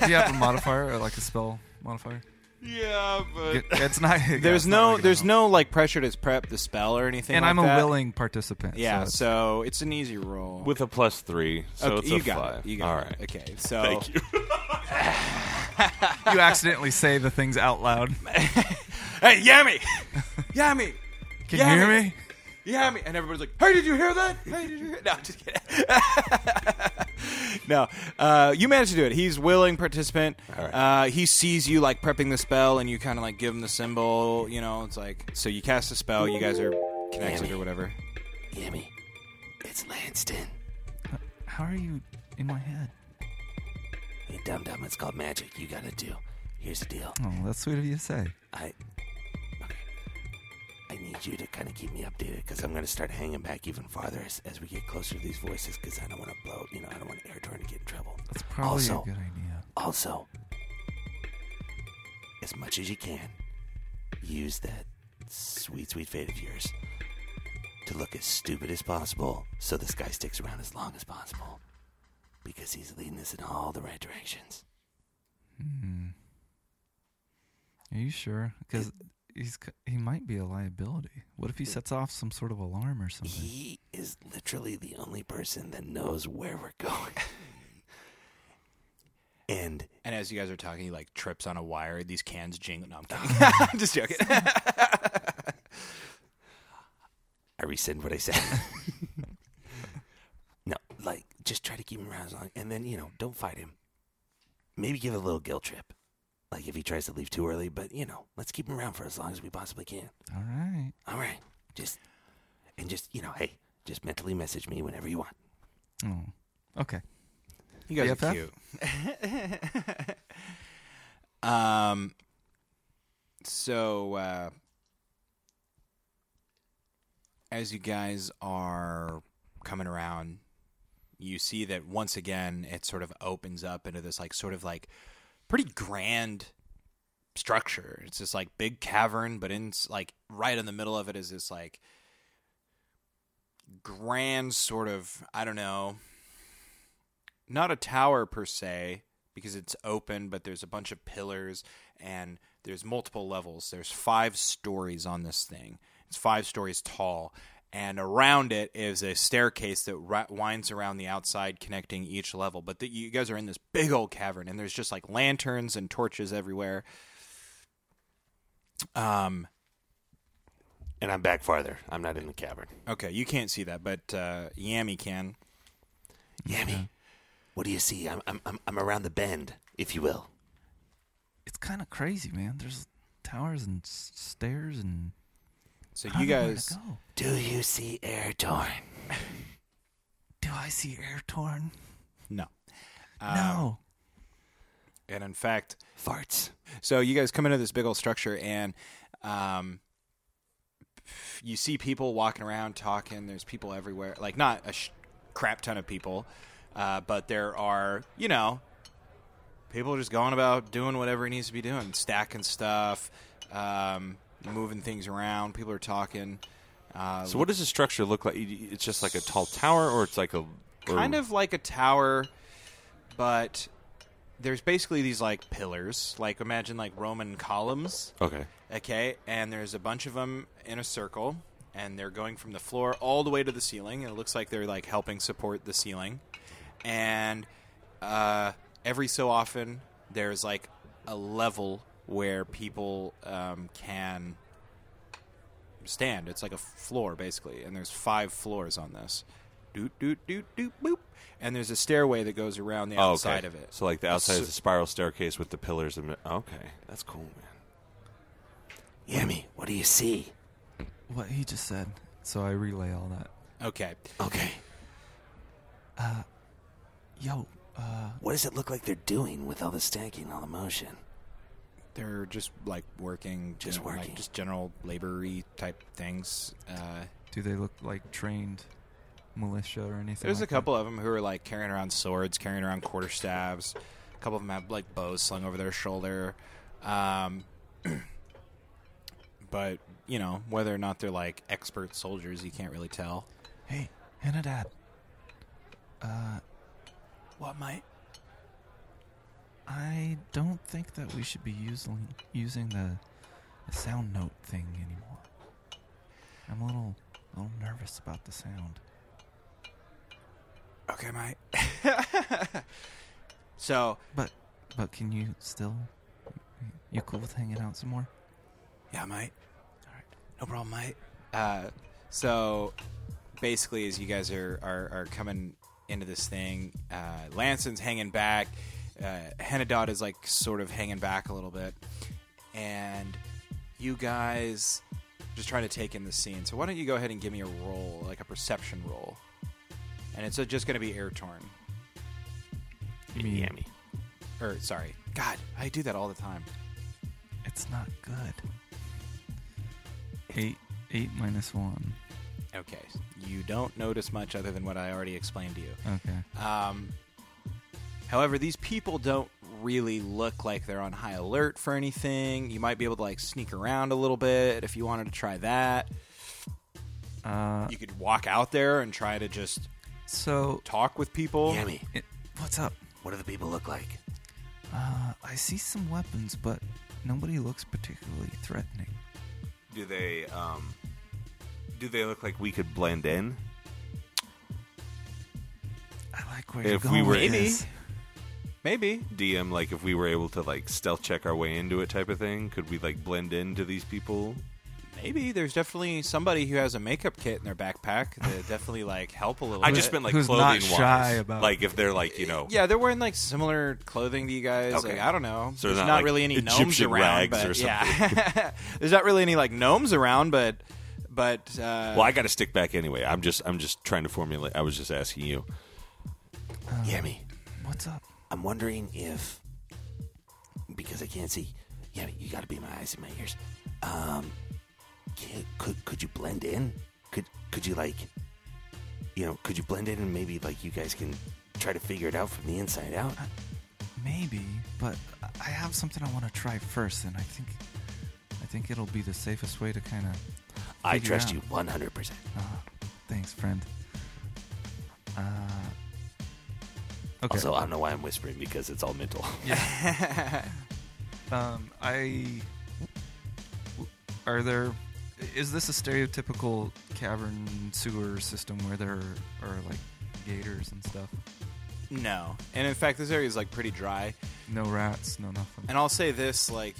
[SPEAKER 3] you have a modifier or like a spell modifier?
[SPEAKER 2] Yeah, but
[SPEAKER 3] It- It's not. [LAUGHS] yeah,
[SPEAKER 2] there's
[SPEAKER 3] it's not
[SPEAKER 2] no
[SPEAKER 3] regular.
[SPEAKER 2] there's no like pressure to prep the spell or anything.
[SPEAKER 3] And
[SPEAKER 2] like
[SPEAKER 3] I'm a
[SPEAKER 2] that.
[SPEAKER 3] willing participant.
[SPEAKER 2] Yeah,
[SPEAKER 3] so it's-
[SPEAKER 2] so it's an easy roll.
[SPEAKER 6] With a plus three, so
[SPEAKER 2] okay,
[SPEAKER 6] it's a
[SPEAKER 2] you got
[SPEAKER 6] five.
[SPEAKER 2] it. You got
[SPEAKER 6] All
[SPEAKER 2] it.
[SPEAKER 6] right. [LAUGHS]
[SPEAKER 2] Okay, so
[SPEAKER 6] Thank you.
[SPEAKER 3] you accidentally say the things
[SPEAKER 2] [LAUGHS]
[SPEAKER 3] out loud.
[SPEAKER 2] [LAUGHS] hey,
[SPEAKER 3] [LAUGHS]
[SPEAKER 2] Yami, Yami,
[SPEAKER 3] Can
[SPEAKER 2] Yeah,
[SPEAKER 3] you hear
[SPEAKER 2] but-
[SPEAKER 3] me?
[SPEAKER 2] Yami, and everybody's like, "Hey, did you hear that? Hey, did you hear?" No, I'm just kidding. [LAUGHS] no, uh, you managed to do it. He's willing participant. Uh, he sees you like prepping the spell, and you kind of like give him the symbol. You know, it's like so you cast the spell. You guys are connected or whatever.
[SPEAKER 4] Yummy. It's Lanston.
[SPEAKER 3] How are you in my head?
[SPEAKER 4] Hey, Dum Dum, it's called magic. You gotta do. Here's the deal.
[SPEAKER 3] Oh, that's sweet of you to say.
[SPEAKER 4] I. Okay. I need you to kind of keep me updated because I'm gonna start hanging back even farther as, as we get closer to these voices because I don't want to
[SPEAKER 6] Oh,
[SPEAKER 4] blow. You know, I don't want Air Torn to get in trouble.
[SPEAKER 3] That's probably
[SPEAKER 4] Also-
[SPEAKER 3] a good idea.
[SPEAKER 4] Also, as much as you can, use that sweet, sweet fate of yours to look as stupid as possible so this guy sticks around as long as possible because he's leading us in all the right directions.
[SPEAKER 3] Are you sure? Because he's c- he might be a liability. What if he sets off some sort of alarm or something?
[SPEAKER 4] He is literally the only person that knows where we're [LAUGHS] going. and
[SPEAKER 2] And as you guys are talking, he like trips on a wire. These cans jingle. No, I'm kidding. [LAUGHS] I'm just joking.
[SPEAKER 4] I rescind what I said. [LAUGHS] no, like just try to keep him around as long, and then you know, don't fight him. Maybe give it a little guilt trip, like if he tries to leave too early. But you know, let's keep him around for as long as we possibly can.
[SPEAKER 3] All right.
[SPEAKER 4] All right, just and just you know, hey, just mentally message me whenever you want.
[SPEAKER 3] Oh, okay.
[SPEAKER 2] You guys
[SPEAKER 3] BFF?
[SPEAKER 2] are cute. um, so uh, as you guys are coming around, you see that once again it sort of opens up into this like sort of like pretty grand structure. It's this like big cavern, but in like right in the middle of it is this like grand sort of I don't know not a tower per se because it's open but there's a bunch of pillars and there's multiple levels there's five stories on this thing it's five stories tall and around it is a staircase that ri- winds around the outside connecting each level but the, you guys are in this big old cavern and there's just like lanterns and torches everywhere um
[SPEAKER 6] And I'm back farther. I'm not in the cavern.
[SPEAKER 2] okay you can't see that but uh yami can
[SPEAKER 4] Yami, what do you see? I'm I'm I'm, I'm around the bend, if you will.
[SPEAKER 3] It's kind of crazy, man. There's towers and s- stairs and.
[SPEAKER 2] so
[SPEAKER 3] I
[SPEAKER 2] you
[SPEAKER 3] don't know where to
[SPEAKER 2] guys
[SPEAKER 3] go.
[SPEAKER 4] Do you see Air Torn?
[SPEAKER 3] I see air torn?
[SPEAKER 2] No. Uh,
[SPEAKER 3] no.
[SPEAKER 2] And in fact,
[SPEAKER 6] Farts.
[SPEAKER 2] So you guys come into this big old structure, and um, you see people walking around, talking. There's people everywhere. Like not a sh- crap ton of people, uh, but there are you know people just going about doing whatever it needs to be doing, stacking stuff, um, moving things around. People are talking. Uh,
[SPEAKER 6] So what does the structure look like? It's just like a tall tower, or it's like a or-
[SPEAKER 2] kind of like a tower, but there's basically these like pillars. Like imagine like Roman columns.
[SPEAKER 6] okay.
[SPEAKER 2] Okay, and there's a bunch of them in a circle, and they're going from the floor all the way to the ceiling. And it looks like they're like helping support the ceiling. And uh, every so often, there's like a level where people um, can stand. It's like a floor basically, and there's five floors on this. Doot doot doot doot boop. And there's a stairway that goes around the
[SPEAKER 6] Oh, okay.
[SPEAKER 2] outside of it.
[SPEAKER 6] So like the outside is a spiral staircase with the pillars. And okay, that's cool, man.
[SPEAKER 4] Yummy, what do you see?
[SPEAKER 3] What he just said. So I relay all that.
[SPEAKER 2] Okay.
[SPEAKER 4] Okay.
[SPEAKER 3] Yo, uh,
[SPEAKER 4] What does it look like they're doing with all the stacking, all the motion?
[SPEAKER 2] They're just like working,
[SPEAKER 4] Just
[SPEAKER 2] gen- like,
[SPEAKER 4] working.
[SPEAKER 2] just general labory type things. Uh,
[SPEAKER 3] do they look like trained militia or anything?
[SPEAKER 2] there's a
[SPEAKER 3] like that?
[SPEAKER 2] couple of them who are like carrying around swords, carrying around quarter staves. A couple of them have like bows slung over their shoulder. Um, [CLEARS THROAT] but you know whether or not they're like expert soldiers, you can't really tell.
[SPEAKER 3] Hey, Hanadad. Uh,
[SPEAKER 2] What might?
[SPEAKER 3] I don't think that we should be using using the, the sound note thing anymore. I'm a little little nervous about the sound.
[SPEAKER 2] Okay, mate. [LAUGHS] so
[SPEAKER 3] But but can you still? You cool with hanging out some more?
[SPEAKER 2] Yeah, mate. No problem, mate. Uh, so basically, as you guys are, are, are coming into this thing, uh, Lanson's hanging back. Uh, Henadot is like sort of hanging back a little bit. And you guys just trying to take in the scene. So why don't you go ahead and give me a roll, like a perception roll? And it's uh, just going to be air torn.
[SPEAKER 4] Yummy.
[SPEAKER 2] Or sorry, God, I do that all the time.
[SPEAKER 3] It's not good. Eight eight minus one.
[SPEAKER 2] Okay, you don't notice much other than what I already explained to you.
[SPEAKER 3] Okay.
[SPEAKER 2] Um, however, these people don't really look like they're on high alert for anything. You might be able to like sneak around a little bit if you wanted to try that.
[SPEAKER 3] Uh,
[SPEAKER 2] You could walk out there and try to just
[SPEAKER 3] so
[SPEAKER 2] talk with people.
[SPEAKER 4] Yummy,
[SPEAKER 3] it, what's up?
[SPEAKER 4] what do the people look like?
[SPEAKER 3] Uh, I see some weapons, but nobody looks particularly threatening.
[SPEAKER 6] Do they um, do they look like we could blend in?
[SPEAKER 3] I like where you're
[SPEAKER 6] If
[SPEAKER 3] going.
[SPEAKER 6] we were-
[SPEAKER 3] with
[SPEAKER 2] Maybe.
[SPEAKER 3] this.
[SPEAKER 2] Maybe.
[SPEAKER 6] DM, like if we were able to like stealth check our way into it, type of thing, could we like blend into these people?
[SPEAKER 2] Maybe there's definitely somebody who has a makeup kit in their backpack that definitely like help a little
[SPEAKER 6] I
[SPEAKER 2] bit.
[SPEAKER 6] just meant like
[SPEAKER 3] Who's
[SPEAKER 6] clothing
[SPEAKER 3] not shy
[SPEAKER 6] wise.
[SPEAKER 3] about-
[SPEAKER 6] like if they're like you know
[SPEAKER 2] Yeah, they're wearing like similar clothing to you guys.
[SPEAKER 6] Okay.
[SPEAKER 2] Like I don't know.
[SPEAKER 6] So they're
[SPEAKER 2] there's
[SPEAKER 6] not,
[SPEAKER 2] not,
[SPEAKER 6] like,
[SPEAKER 2] really any gnomes
[SPEAKER 6] Egyptian
[SPEAKER 2] around.
[SPEAKER 6] rags
[SPEAKER 2] but,
[SPEAKER 6] or
[SPEAKER 2] Yeah. [LAUGHS] there's not really any like gnomes around, but but uh,
[SPEAKER 6] Well, I got to stick back anyway. I'm just I'm just trying to formulate. I was just asking you.
[SPEAKER 3] Uh,
[SPEAKER 4] Yummy,
[SPEAKER 3] What's up?
[SPEAKER 4] I'm wondering if, because I can't see, Yummy, you gotta be my eyes and my ears. Um, can, could could you blend in? Could could you like, you know, could you blend in and maybe like you guys can try to figure it out from the inside out?
[SPEAKER 3] Maybe, but I have something I want to try first, and I think I think it'll be the safest way to kind of.
[SPEAKER 4] I trust you 100. percent
[SPEAKER 3] Thanks, friend. Uh, okay.
[SPEAKER 4] Also, I don't know why I'm whispering because it's all mental.
[SPEAKER 3] um, I are there. Is this a stereotypical cavern sewer system where there are like gators and stuff?
[SPEAKER 2] [LAUGHS] No. And in fact, this area is like pretty dry.
[SPEAKER 3] No rats, no nothing.
[SPEAKER 2] And I'll say this like,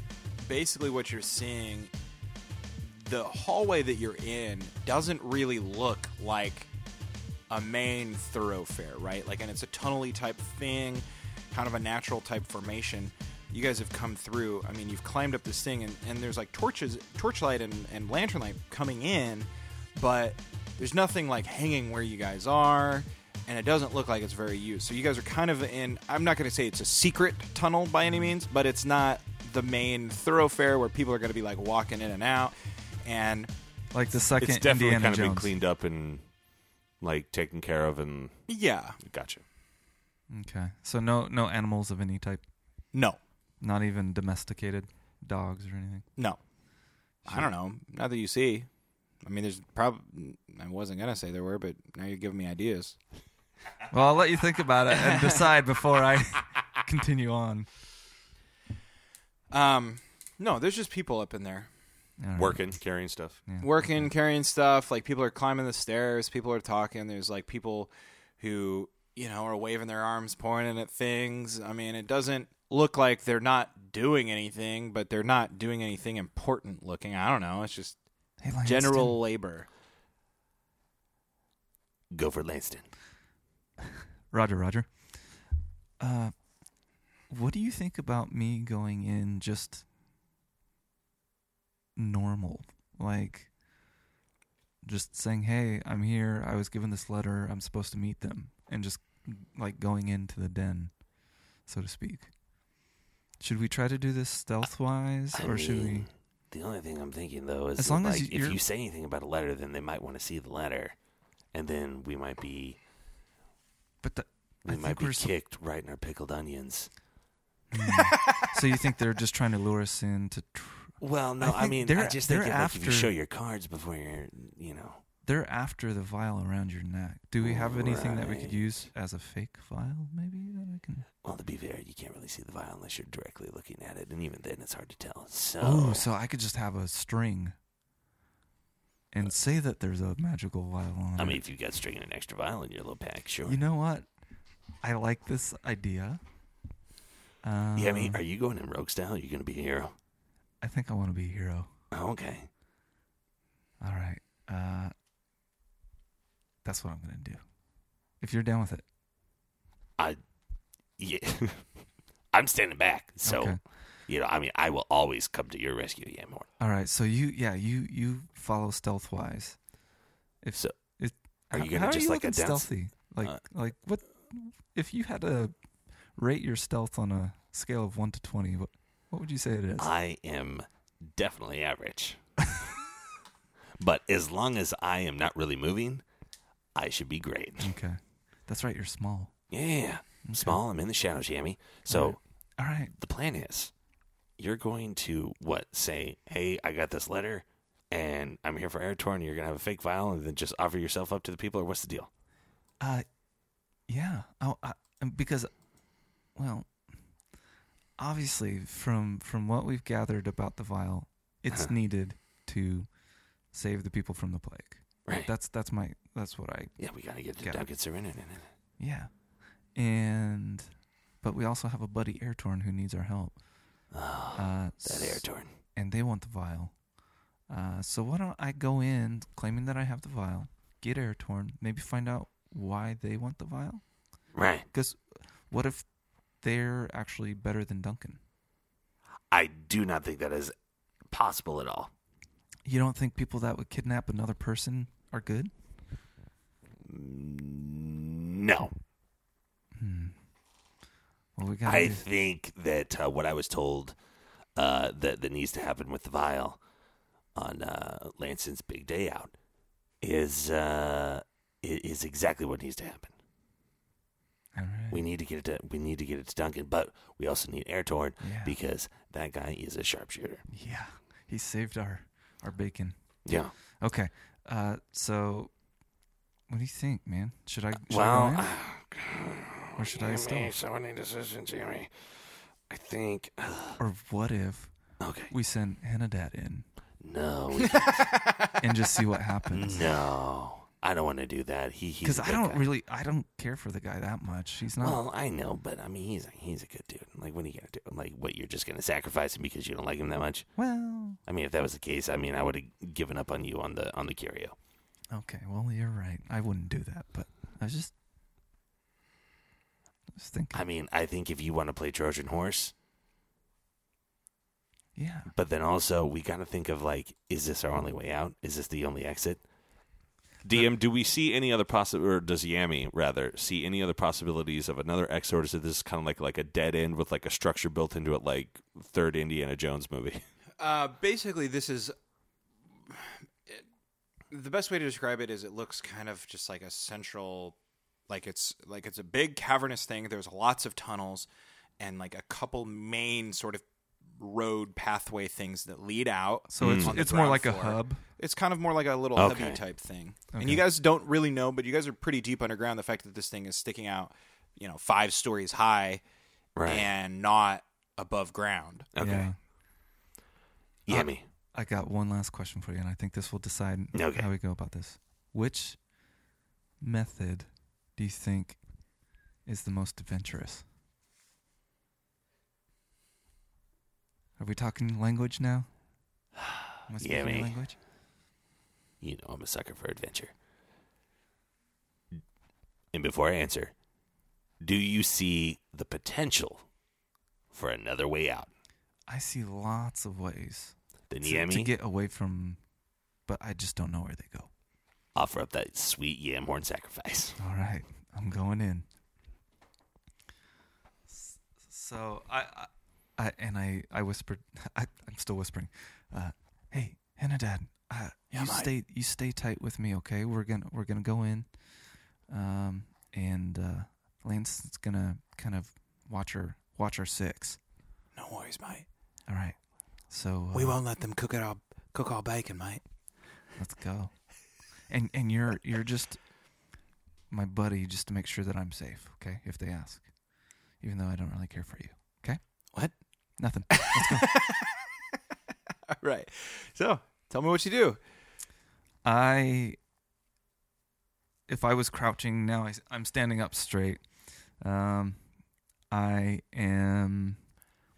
[SPEAKER 2] basically, what you're seeing, the hallway that you're in doesn't really look like a main thoroughfare, right? Like, and it's a tunnely type thing, kind of a natural type formation. You guys have come through. I mean, you've climbed up this thing, and, and there's like torches, torchlight, and, and lantern light coming in, but there's nothing like hanging where you guys are. and it doesn't look like it's very used. So you guys are kind of in. I'm not going to say it's a secret tunnel by any means, but it's not the main thoroughfare where people are going to be like walking in and out. And
[SPEAKER 3] Like the second
[SPEAKER 6] It's definitely
[SPEAKER 3] Indiana
[SPEAKER 6] kind of been
[SPEAKER 3] Jones.
[SPEAKER 6] cleaned up and like taken care of and
[SPEAKER 2] yeah,
[SPEAKER 6] gotcha.
[SPEAKER 3] Okay, so no no animals of any type,
[SPEAKER 2] no,
[SPEAKER 3] not even domesticated dogs or anything.
[SPEAKER 2] no, I don't know. Not that you see. I mean, there's probably. I wasn't going to say there were, but now you're giving me ideas.
[SPEAKER 3] Well, I'll let you think about it
[SPEAKER 6] [LAUGHS]
[SPEAKER 3] and decide before I continue on.
[SPEAKER 2] Um, no, there's just people up in there.
[SPEAKER 3] All right.
[SPEAKER 6] Working, carrying stuff.
[SPEAKER 2] working, carrying stuff. Like people are climbing the stairs, people are talking. There's like people who you know are waving their arms, pointing at things. I mean, it doesn't look like they're not doing anything, but they're not doing anything important looking. I don't know. It's just
[SPEAKER 3] Hey, Langston.
[SPEAKER 2] general labor.
[SPEAKER 4] Go for Langston.
[SPEAKER 3] Roger, Roger. Uh, what do you think about me going in just normal? Like, just saying, hey, I'm here. I was given this letter. I'm supposed to meet them. And just like going into the den, so to speak. Should we try to do this stealth wise?
[SPEAKER 4] I
[SPEAKER 3] Or should we?
[SPEAKER 4] mean, The only thing I'm thinking though is
[SPEAKER 3] As
[SPEAKER 4] that,
[SPEAKER 3] long as
[SPEAKER 4] like,
[SPEAKER 3] you're-
[SPEAKER 4] if you say anything about a letter, then they might want to see the letter, and then we might be
[SPEAKER 3] But the,
[SPEAKER 4] we
[SPEAKER 3] I
[SPEAKER 4] might
[SPEAKER 3] think
[SPEAKER 4] be
[SPEAKER 3] we're [LAUGHS] sup-
[SPEAKER 4] kicked right in our pickled onions.
[SPEAKER 3] Hmm. so you think they're just trying to lure us in to. Tr-
[SPEAKER 4] Well, no,
[SPEAKER 3] I
[SPEAKER 4] I,
[SPEAKER 3] think
[SPEAKER 4] mean,
[SPEAKER 3] they're-
[SPEAKER 4] I just think
[SPEAKER 3] they're
[SPEAKER 4] if, like, if you
[SPEAKER 3] after-
[SPEAKER 4] show your cards before you're, you know,
[SPEAKER 3] they're after the vial around your neck. Do we have anything that we could
[SPEAKER 4] Right.
[SPEAKER 3] use as a fake vial? Maybe that I can.
[SPEAKER 4] well, to be fair, you can't really see the vial unless you're directly looking at it, and even then, it's hard to tell. So,
[SPEAKER 3] Oh, so I could just have a string and say that there's a magical vial on
[SPEAKER 4] Uh, I
[SPEAKER 3] it.
[SPEAKER 4] mean, if you got string and an extra vial in your little pack, sure.
[SPEAKER 3] you know what? I like this idea. Um,
[SPEAKER 4] yeah, I mean, are you going in rogue style? Or are you going to be a hero?
[SPEAKER 3] I think I want to be a hero.
[SPEAKER 4] Oh, okay.
[SPEAKER 3] All right, uh, that's what I'm gonna do. If you're down with it,
[SPEAKER 4] I, yeah, [LAUGHS] I'm standing back. So,
[SPEAKER 3] Okay.
[SPEAKER 4] you know, I mean, I will always come to your rescue, Yamhorn.
[SPEAKER 3] all right. So you, yeah, you you follow stealth wise. If
[SPEAKER 4] So,
[SPEAKER 3] it,
[SPEAKER 4] are
[SPEAKER 3] how-
[SPEAKER 4] you gonna
[SPEAKER 3] how
[SPEAKER 4] just,
[SPEAKER 3] you
[SPEAKER 4] like,
[SPEAKER 3] looking
[SPEAKER 4] a dance-
[SPEAKER 3] stealthy? Like
[SPEAKER 4] Uh,
[SPEAKER 3] like what? If you had to rate your stealth on a scale of one to twenty, what what would you say it is?
[SPEAKER 4] I am definitely average. [LAUGHS] but as long as I am not really moving, I should be great.
[SPEAKER 3] Okay. That's right, you're small.
[SPEAKER 4] Yeah. I'm small. I'm in the shadows, Yammy. So
[SPEAKER 3] All right.
[SPEAKER 4] the plan is you're going to, what, say, hey, I got this letter and I'm here for Airtorn. You're going to have a fake file and then just offer yourself up to the people, or what's the deal?
[SPEAKER 3] Uh yeah. Oh, I, because well, obviously from from what we've gathered about the vial, it's
[SPEAKER 4] Uh-huh.
[SPEAKER 3] needed to save the people from the plague.
[SPEAKER 4] Right.
[SPEAKER 3] That's that's my that's what I
[SPEAKER 4] yeah, we got to get the
[SPEAKER 3] Got it.
[SPEAKER 4] Duncan Serena in it.
[SPEAKER 3] Yeah. And but we also have a buddy Airtorn who needs our help.
[SPEAKER 4] Oh,
[SPEAKER 3] Uh
[SPEAKER 4] that Airtorn.
[SPEAKER 3] and they want the vial. Uh, so why don't I go in claiming that I have the vial, get air torn, maybe find out why they want the vial?
[SPEAKER 4] Right.
[SPEAKER 3] Because what if they're actually better than Duncan?
[SPEAKER 4] I do not think that is possible at all.
[SPEAKER 3] You don't think people that would kidnap another person are good?
[SPEAKER 4] No.
[SPEAKER 3] Well, we got
[SPEAKER 4] I
[SPEAKER 3] to
[SPEAKER 4] think that uh, what I was told uh, that that needs to happen with the vial on uh, Lanson's big day out is uh, i- is exactly what needs to happen.
[SPEAKER 3] All right.
[SPEAKER 4] We need to get it. To, we need to get it to Duncan, but we also need Air Torn
[SPEAKER 3] Yeah.
[SPEAKER 4] because that guy is a sharpshooter.
[SPEAKER 3] Yeah, he saved our our bacon.
[SPEAKER 4] Yeah.
[SPEAKER 3] Okay, uh, so what do you think, man? Should I? Should
[SPEAKER 4] Well, [SIGHS]
[SPEAKER 3] I go in? or should I
[SPEAKER 4] Jimmy,
[SPEAKER 3] stealth?
[SPEAKER 4] so many decisions, Jimmy. I think. uh,
[SPEAKER 3] Or what if
[SPEAKER 4] Okay.
[SPEAKER 3] we send Hanadat in
[SPEAKER 4] No.
[SPEAKER 3] [LAUGHS]
[SPEAKER 4] we-
[SPEAKER 3] and just see what happens?
[SPEAKER 4] no. I don't want to do that. He. [LAUGHS] he's
[SPEAKER 3] because
[SPEAKER 4] a
[SPEAKER 3] I
[SPEAKER 4] good
[SPEAKER 3] don't
[SPEAKER 4] guy.
[SPEAKER 3] really, I don't care for the guy that much. He's not.
[SPEAKER 4] Well, I know, but I mean, he's he's a good dude. Like, what are you gonna do? Like, what you're just gonna sacrifice him because you don't like him that much?
[SPEAKER 3] Well,
[SPEAKER 4] I mean, if that was the case, I mean, I would have given up on you on the on the curio.
[SPEAKER 3] okay. Well, you're right. I wouldn't do that, but I was just, I was thinking.
[SPEAKER 4] I mean, I think if you want to play Trojan horse,
[SPEAKER 3] yeah,
[SPEAKER 4] but then also we gotta think of like, is this our only way out? Is this the only exit?
[SPEAKER 6] DM, do we see any other possible, or does Yami rather see any other possibilities of another X, or is this kind of like like a dead end with like a structure built into it, like third Indiana Jones movie?
[SPEAKER 2] Uh, basically, this is it, the best way to describe it is it looks kind of just like a central, like it's like it's a big cavernous thing. There's lots of tunnels and like a couple main sort of road pathway things that lead out.
[SPEAKER 3] So it's
[SPEAKER 2] on the
[SPEAKER 3] it's more
[SPEAKER 2] ground
[SPEAKER 3] like a
[SPEAKER 2] floor.
[SPEAKER 3] hub.
[SPEAKER 2] It's kind of more like a little
[SPEAKER 4] Okay.
[SPEAKER 2] hubby type thing. And you guys don't really know, but you guys are pretty deep underground. The fact that this thing is sticking out, you know, five stories high
[SPEAKER 6] Right.
[SPEAKER 2] and not above ground.
[SPEAKER 6] Okay.
[SPEAKER 3] Yeah. Uh,
[SPEAKER 4] Yummy.
[SPEAKER 3] I got one last question for you, and I think this will decide
[SPEAKER 4] Okay.
[SPEAKER 3] how we go about this. Which method do you think is the most adventurous? Are we talking language
[SPEAKER 4] [SIGHS]
[SPEAKER 3] now? Am I speaking
[SPEAKER 4] Yeah,
[SPEAKER 3] your
[SPEAKER 4] me.
[SPEAKER 3] language?
[SPEAKER 4] You know, I'm a sucker for adventure. And before I answer, do you see the potential for another way out?
[SPEAKER 3] I see lots of ways
[SPEAKER 4] Then
[SPEAKER 3] to, to
[SPEAKER 4] Yami,
[SPEAKER 3] get away from, but I just don't know where they go.
[SPEAKER 4] offer up that sweet yam horn sacrifice.
[SPEAKER 3] All right, I'm going in. S- So I, I, I and I, I whispered. [LAUGHS] I, I'm still whispering. Uh, hey, Henadad, uh, you stay, you stay tight with me, okay? We're gonna, we're gonna go in, um, and uh, Lance is gonna kind of watch her, watch her six.
[SPEAKER 2] No worries, mate.
[SPEAKER 3] All right, so uh,
[SPEAKER 2] We won't let them cook it all cook all bacon, mate.
[SPEAKER 3] Let's go. And and you're you're just my buddy just to make sure that I'm safe, okay? If they ask. Even though I don't really care for you. Okay?
[SPEAKER 2] What?
[SPEAKER 3] Nothing.
[SPEAKER 2] [LAUGHS] All right. So tell me what you do.
[SPEAKER 3] I if I was crouching now I, am standing up straight. Um I am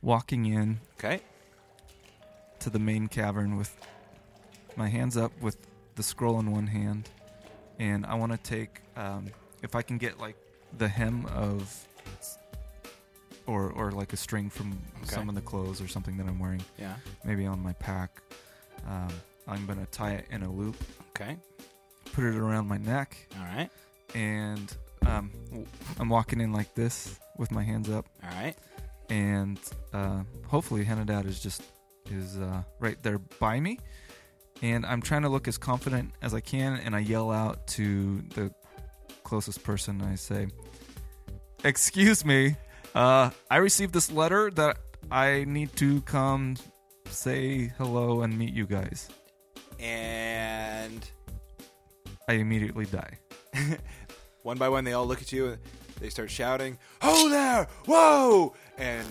[SPEAKER 3] walking in
[SPEAKER 2] Okay.
[SPEAKER 3] to the main cavern with my hands up with the scroll in one hand and i want to take um, if i can get like the hem of or or like a string from
[SPEAKER 2] Okay.
[SPEAKER 3] some of the clothes or something that i'm wearing
[SPEAKER 2] Yeah.
[SPEAKER 3] maybe on my pack um, i'm gonna tie it in a loop
[SPEAKER 2] Okay.
[SPEAKER 3] put it around my neck
[SPEAKER 2] All right.
[SPEAKER 3] and um, w- i'm walking in like this with my hands up
[SPEAKER 2] All right.
[SPEAKER 3] and uh, hopefully Henadad is just is uh, right there by me. And I'm trying to look as confident as I can, and I yell out to the closest person. I say, "Excuse me, uh, I received this letter that I need to come say hello and meet you guys."
[SPEAKER 2] And
[SPEAKER 3] I immediately die.
[SPEAKER 2] one by one, they all look at you. and They start shouting, "Oh there! Whoa!" And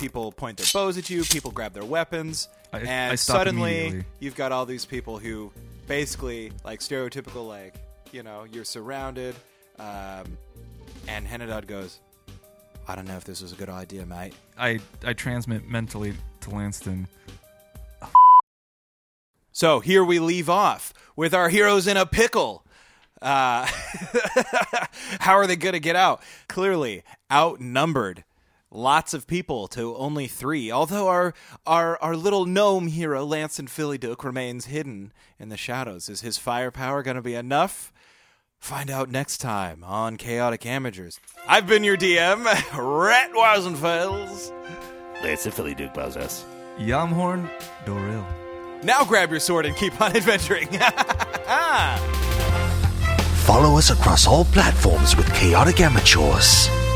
[SPEAKER 2] people point their bows at you. People grab their weapons.
[SPEAKER 3] I-
[SPEAKER 2] and
[SPEAKER 3] I stop
[SPEAKER 2] suddenly,
[SPEAKER 3] immediately.
[SPEAKER 2] you've got all these people who, basically, like stereotypical, like you know, you're surrounded. Um, and Henadad goes, "I don't know if this was a good idea, mate."
[SPEAKER 3] I I transmit mentally to Lanston.
[SPEAKER 2] So here we leave off with our heroes in a pickle. Uh, [LAUGHS] how are they going to get out? Clearly outnumbered. Lots of people to only three. Although our our, our little gnome hero Lance and Philly Duke remains hidden in the shadows. Is his firepower going to be enough? Find out next time on Chaotic Amateurs. I've been your [LAUGHS] DM, Rat Wazenfels.
[SPEAKER 4] Lance and Philly Duke Bozos.
[SPEAKER 3] Yamhorn Doril.
[SPEAKER 2] Now grab your sword and keep on adventuring. [LAUGHS]
[SPEAKER 1] Follow us across all platforms with Chaotic Amateurs.